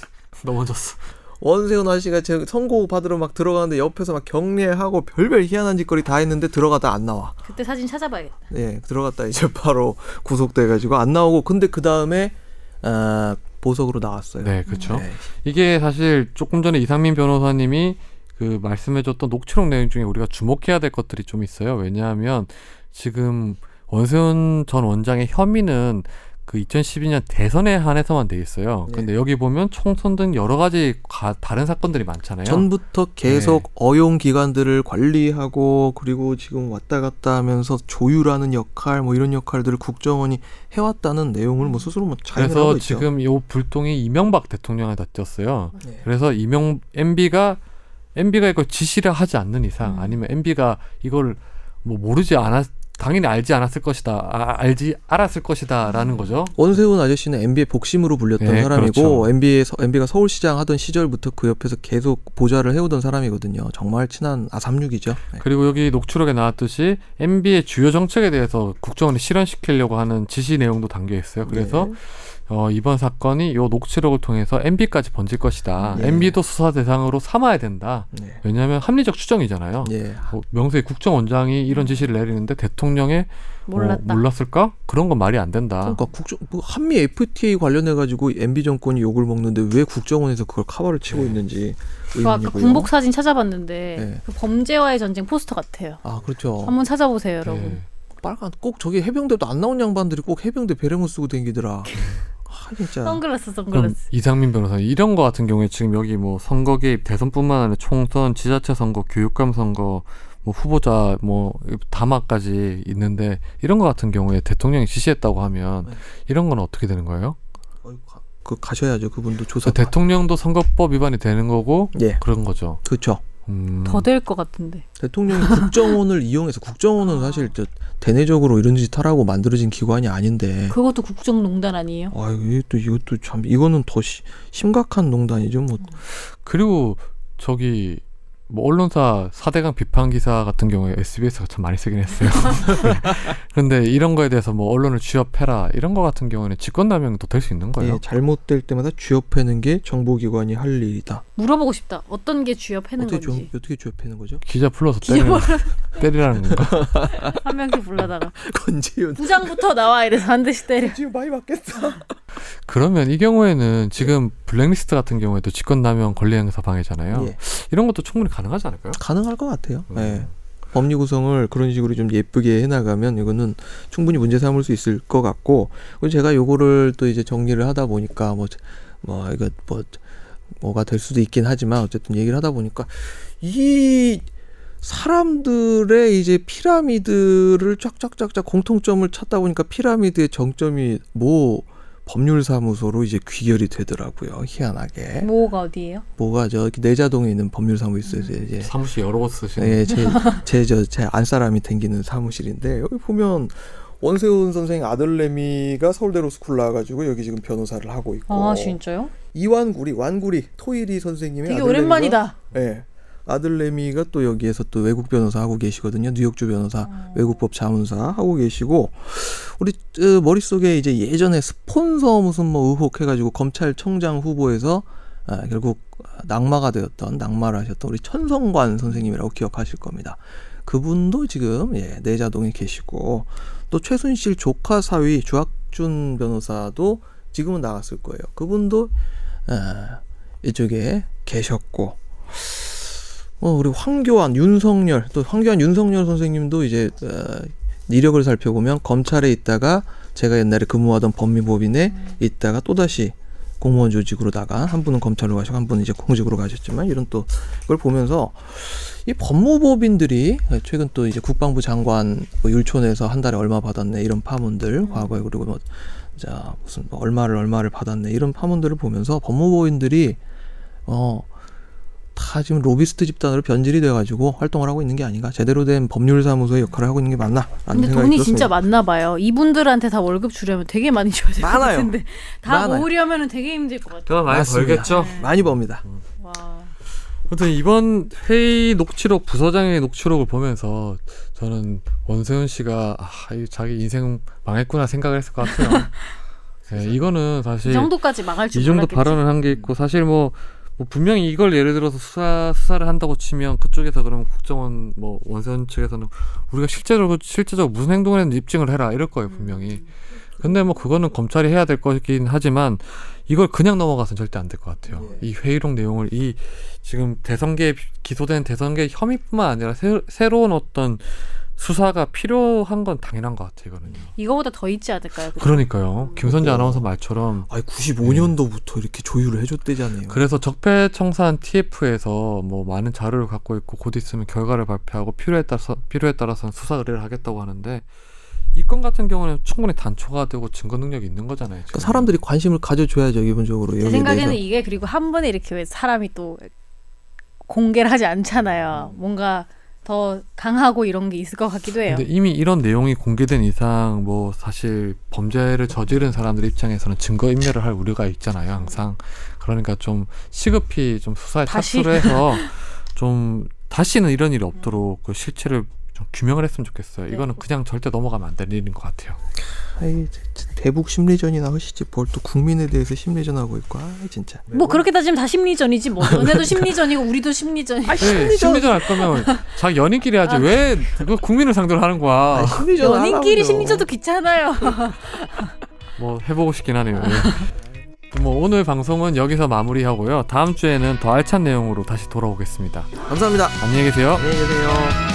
넘어졌어 원세훈 아씨가 제 선고 받으러 막 들어가는데 옆에서 막 경례하고 별별 희한한 짓거리 다 했는데 들어가다 안 나와. 그때 사진 찾아봐야겠다. 예, 들어갔다 이제 바로 구속돼가지고 안 나오고 근데 그 다음에 어, 보석으로 나왔어요. 네 그렇죠 네. 이게 사실 조금 전에 이상민 변호사님이 그 말씀해줬던 녹취록 내용 중에 우리가 주목해야 될 것들이 좀 있어요. 왜냐하면 지금 원세훈 전 원장의 혐의는 그 2012년 대선에 한해서만 돼 있어요. 네. 근데 여기 보면 총선 등 여러 가지 가- 다른 사건들이 많잖아요. 네. 전부터 계속 어용 기관들을 관리하고 그리고 지금 왔다 갔다 하면서 조율하는 역할 뭐 이런 역할들을 국정원이 해왔다는 내용을 뭐 스스로 뭐 자인하고 그래서 있죠. 지금 요 불똥이 이명박 대통령에 다 쪘어요. 네. 그래서 이명 MB가 MB가 이걸 지시를 하지 않는 이상 음. 아니면 MB가 이걸 뭐 모르지 않았 당연히 알지 않았을 것이다. 아, 알지 알았을 음. 것이다라는 거죠. 원세훈 아저씨는 MB의 복심으로 불렸던 네, 사람이고 그렇죠. MB의 MB가 서울시장 하던 시절부터 그 옆에서 계속 보좌를 해오던 사람이거든요. 정말 친한 아삼육이죠. 네. 그리고 여기 녹취록에 나왔듯이 MB의 주요 정책에 대해서 국정원이 실현시키려고 하는 지시 내용도 담겨 있어요. 그래서 네. 어, 이번 사건이 요 녹취록을 통해서 MB까지 번질 것이다. 네. MB도 수사 대상으로 삼아야 된다. 네. 왜냐하면 합리적 추정이잖아요. 예. 어, 명세히 국정원장이 이런 지시를 내리는데 대통령의 음. 몰랐다. 어, 몰랐을까? 그런 건 말이 안 된다. 그러니까 국정 뭐 한미 FTA 관련해 가지고 MB 정권이 욕을 먹는데 왜 국정원에서 그걸 카바를 치고 네. 있는지 저그 아까 의문이고요. 그러니까 군복 사진 찾아봤는데 네. 그 범죄와의 전쟁 포스터 같아요. 아 그렇죠. 한번 찾아보세요, 네. 여러분. 빨간 꼭 저기 해병대도 안 나온 양반들이 꼭 해병대 베레모 쓰고 댕기더라. 아 진짜. 선글라스, 선글라스. 그럼 이상민 변호사 이런 거 같은 경우에 지금 여기 뭐 선거 개입 대선뿐만 아니라 총선, 지자체 선거, 교육감 선거, 뭐 후보자 뭐 담화까지 있는데 이런 거 같은 경우에 대통령이 지시했다고 하면 네. 이런 건 어떻게 되는 거예요? 어이, 가- 그 가셔야죠. 그분도 조사. 그래서 대통령도 선거법 위반이 되는 거고 네. 예. 그런 거죠. 그렇죠. 음. 더 될 것 같은데. 대통령이 국정원을 이용해서 국정원은 사실 저 대내적으로 이런 짓 하라고 만들어진 기관이 아닌데. 그것도 국정농단 아니에요? 아유 이것도 이것도 참 이거는 더 시- 심각한 농단이죠. 뭐 그리고 저기 뭐 언론사 4대강 비판 기사 같은 경우에 SBS가 참 많이 쓰긴 했어요. 그런데 이런 거에 대해서 뭐 언론을 취업해라 이런 거 같은 경우는 에 직권남용도 될 수 있는 거예요. 예, 잘못될 때마다 쥐업패는 게 정보기관이 할 일이다. 물어보고 싶다. 어떤 게 주협하는 어떻게 건지. 쥐 어떻게 쥐업패는 거죠? 기자 불러서 기업을 때리라, 때리라는 건가? 한 명씩 불러다가 건지윤. 부장부터 나와 이래서 한 대씩 때려. 지금 많이 받겠다. 그러면 이 경우에는 지금 블랙리스트 같은 경우에도 직권남용 권리행사 방해잖아요. 예. 이런 것도 충분히 가능하지 않을까요? 가능할 것 같아요. 음. 예. 법리 구성을 그런 식으로 좀 예쁘게 해나가면 이거는 충분히 문제 삼을 수 있을 것 같고 그리고 제가 요거를 또 이제 정리를 하다 보니까 뭐, 제- 뭐 이거 뭐 뭐가 될 수도 있긴 하지만 어쨌든 얘기를 하다 보니까 이 사람들의 이제 피라미드를 쫙쫙쫙쫙 공통점을 찾다 보니까 피라미드의 정점이 뭐 법률사무소로 이제 귀결이 되더라고요 희한하게 뭐가 어디예요? 뭐가 저기 내자동에 있는 법률사무소에서 이제 사무실 여러 곳 쓰시는 네. 예, 제제저제 안사람이 댕기는 사무실인데 여기 보면 원세훈 선생 아들내미가 서울대로 스쿨 나와가지고 여기 지금 변호사를 하고 있고 어, 아 진짜요? 이완구리 완구리 토일이 선생님의 되게 아들내미가- 오랜만이다. 예. 아들내미가 또 여기에서 또 외국 변호사 하고 계시거든요. 뉴욕주 변호사, 외국법 자문사 하고 계시고 우리 어, 머릿속에 이제 예전에 스폰서 무슨 뭐 의혹 해가지고 검찰총장 후보에서 아, 결국 낙마가 되었던 낙마를 하셨던 우리 천성관 선생님이라고 기억하실 겁니다. 그분도 지금 예, 내자동에 계시고 또 최순실 조카 사위 주학준 변호사도 지금은 나갔을 거예요. 그분도 아, 이쪽에 계셨고 어, 우리 황교안, 윤석열, 또 황교안, 윤석열 선생님도 이제 어, 이력을 살펴보면 검찰에 있다가 제가 옛날에 근무하던 법무법인에 있다가 또다시 공무원 조직으로 나가 한 분은 검찰로 가시고 한 분은 이제 공직으로 가셨지만 이런 또 이걸 보면서 이 법무법인들이 최근 또 이제 국방부 장관 뭐 율촌에서 한 달에 얼마 받았네 이런 음. 파문들 과거에 그리고 뭐 자, 무슨 뭐 얼마를 얼마를 받았네 이런 파문들을 보면서 법무법인들이 어 다 지금 로비스트 집단으로 변질이 돼가지고 활동을 하고 있는 게 아닌가 제대로 된 법률사무소의 역할을 하고 있는 게 맞나 라는 근데 생각이 돈이 들었습니다. 진짜 많나 봐요. 이분들한테 다 월급 주려면 되게 많이 줘야 될것 많아요. 같은데 다 많아요. 모으려면 되게 힘들 것 같아요. 돈 많이 맞습니다. 벌겠죠. 많이 봅니다. 와. 아무튼 이번 회의 녹취록 부서장의 녹취록을 보면서 저는 원세훈 씨가 아, 이 자기 인생 망했구나 생각을 했을 것 같아요. 예, 이거는 이 사실 정도까지 망할 줄 이 정도 몰랐겠지. 음. 발언을 한 게 있고 사실 뭐, 뭐 분명히 이걸 예를 들어서 수사 수사를 한다고 치면 그쪽에서 그러면 국정원 뭐 원세훈 측에서는 우리가 실제로 실제적으로 무슨 음. 행동을 했는지 입증을 해라 이럴 거예요 분명히. 근데 뭐 그거는 검찰이 해야 될 거긴 하지만 이걸 그냥 넘어가서는 절대 안 될 것 같아요. 예. 이 회의록 내용을 이 지금 대선계 기소된 대선계 혐의뿐만 아니라 새, 새로운 어떤 수사가 필요한 건 당연한 것 같아요. 이거는요. 이거보다 더 있지 않을까요? 그죠? 그러니까요. 그렇죠. 김선재 아나운서 말처럼 아니 95년도부터 이렇게 조율을 해줬대잖아요. 그래서 적폐청산 TF에서 뭐 많은 자료를 갖고 있고 곧 있으면 결과를 발표하고 필요에 따라서 필요에 따라서 수사 의뢰를 하겠다고 하는데 이 건 같은 경우는 충분히 단초가 되고 증거 능력이 있는 거잖아요. 지금. 그러니까 사람들이 관심을 가져줘야죠 기본적으로 제 여기에 생각에는 대해서. 이게 그리고 한 번에 이렇게 왜 사람이 또 공개를 하지 않잖아요. 음. 뭔가 더 강하고 이런 게 있을 것 같기도 해요. 근데 이미 이런 내용이 공개된 이상 뭐 사실 범죄를 저지른 사람들 입장에서는 증거 인멸을 할 우려가 있잖아요. 항상 그러니까 좀 시급히 좀 수사에 다시? 착수를 해서 좀 다시는 이런 일이 없도록 그 실체를 좀 규명을 했으면 좋겠어요. 네. 이거는 그냥 절대 넘어가면 안 되는 일인 것 같아요. 아이, 저- 저 대북 심리전이나 하시지 뭘 또 국민에 대해서 심리전하고 있고 아 진짜. 뭐 그렇게 따지면 다 심리전이지 뭐. 너네도 그러니까. 심리전이고 우리도 아, 심리전이고. 네, 심리전 할 거면 자기 연인끼리 아. 하지 왜 그거 국민을 상대로 하는 거야? 아니, 심리전 연인끼리 하라고요. 심리전도 귀찮아요. 뭐 해보고 싶긴 하네요. 예. 뭐 오늘 방송은 여기서 마무리하고요. 다음 주에는 더 알찬 내용으로 다시 돌아오겠습니다. 감사합니다. 안녕히 계세요. 안녕히 계세요.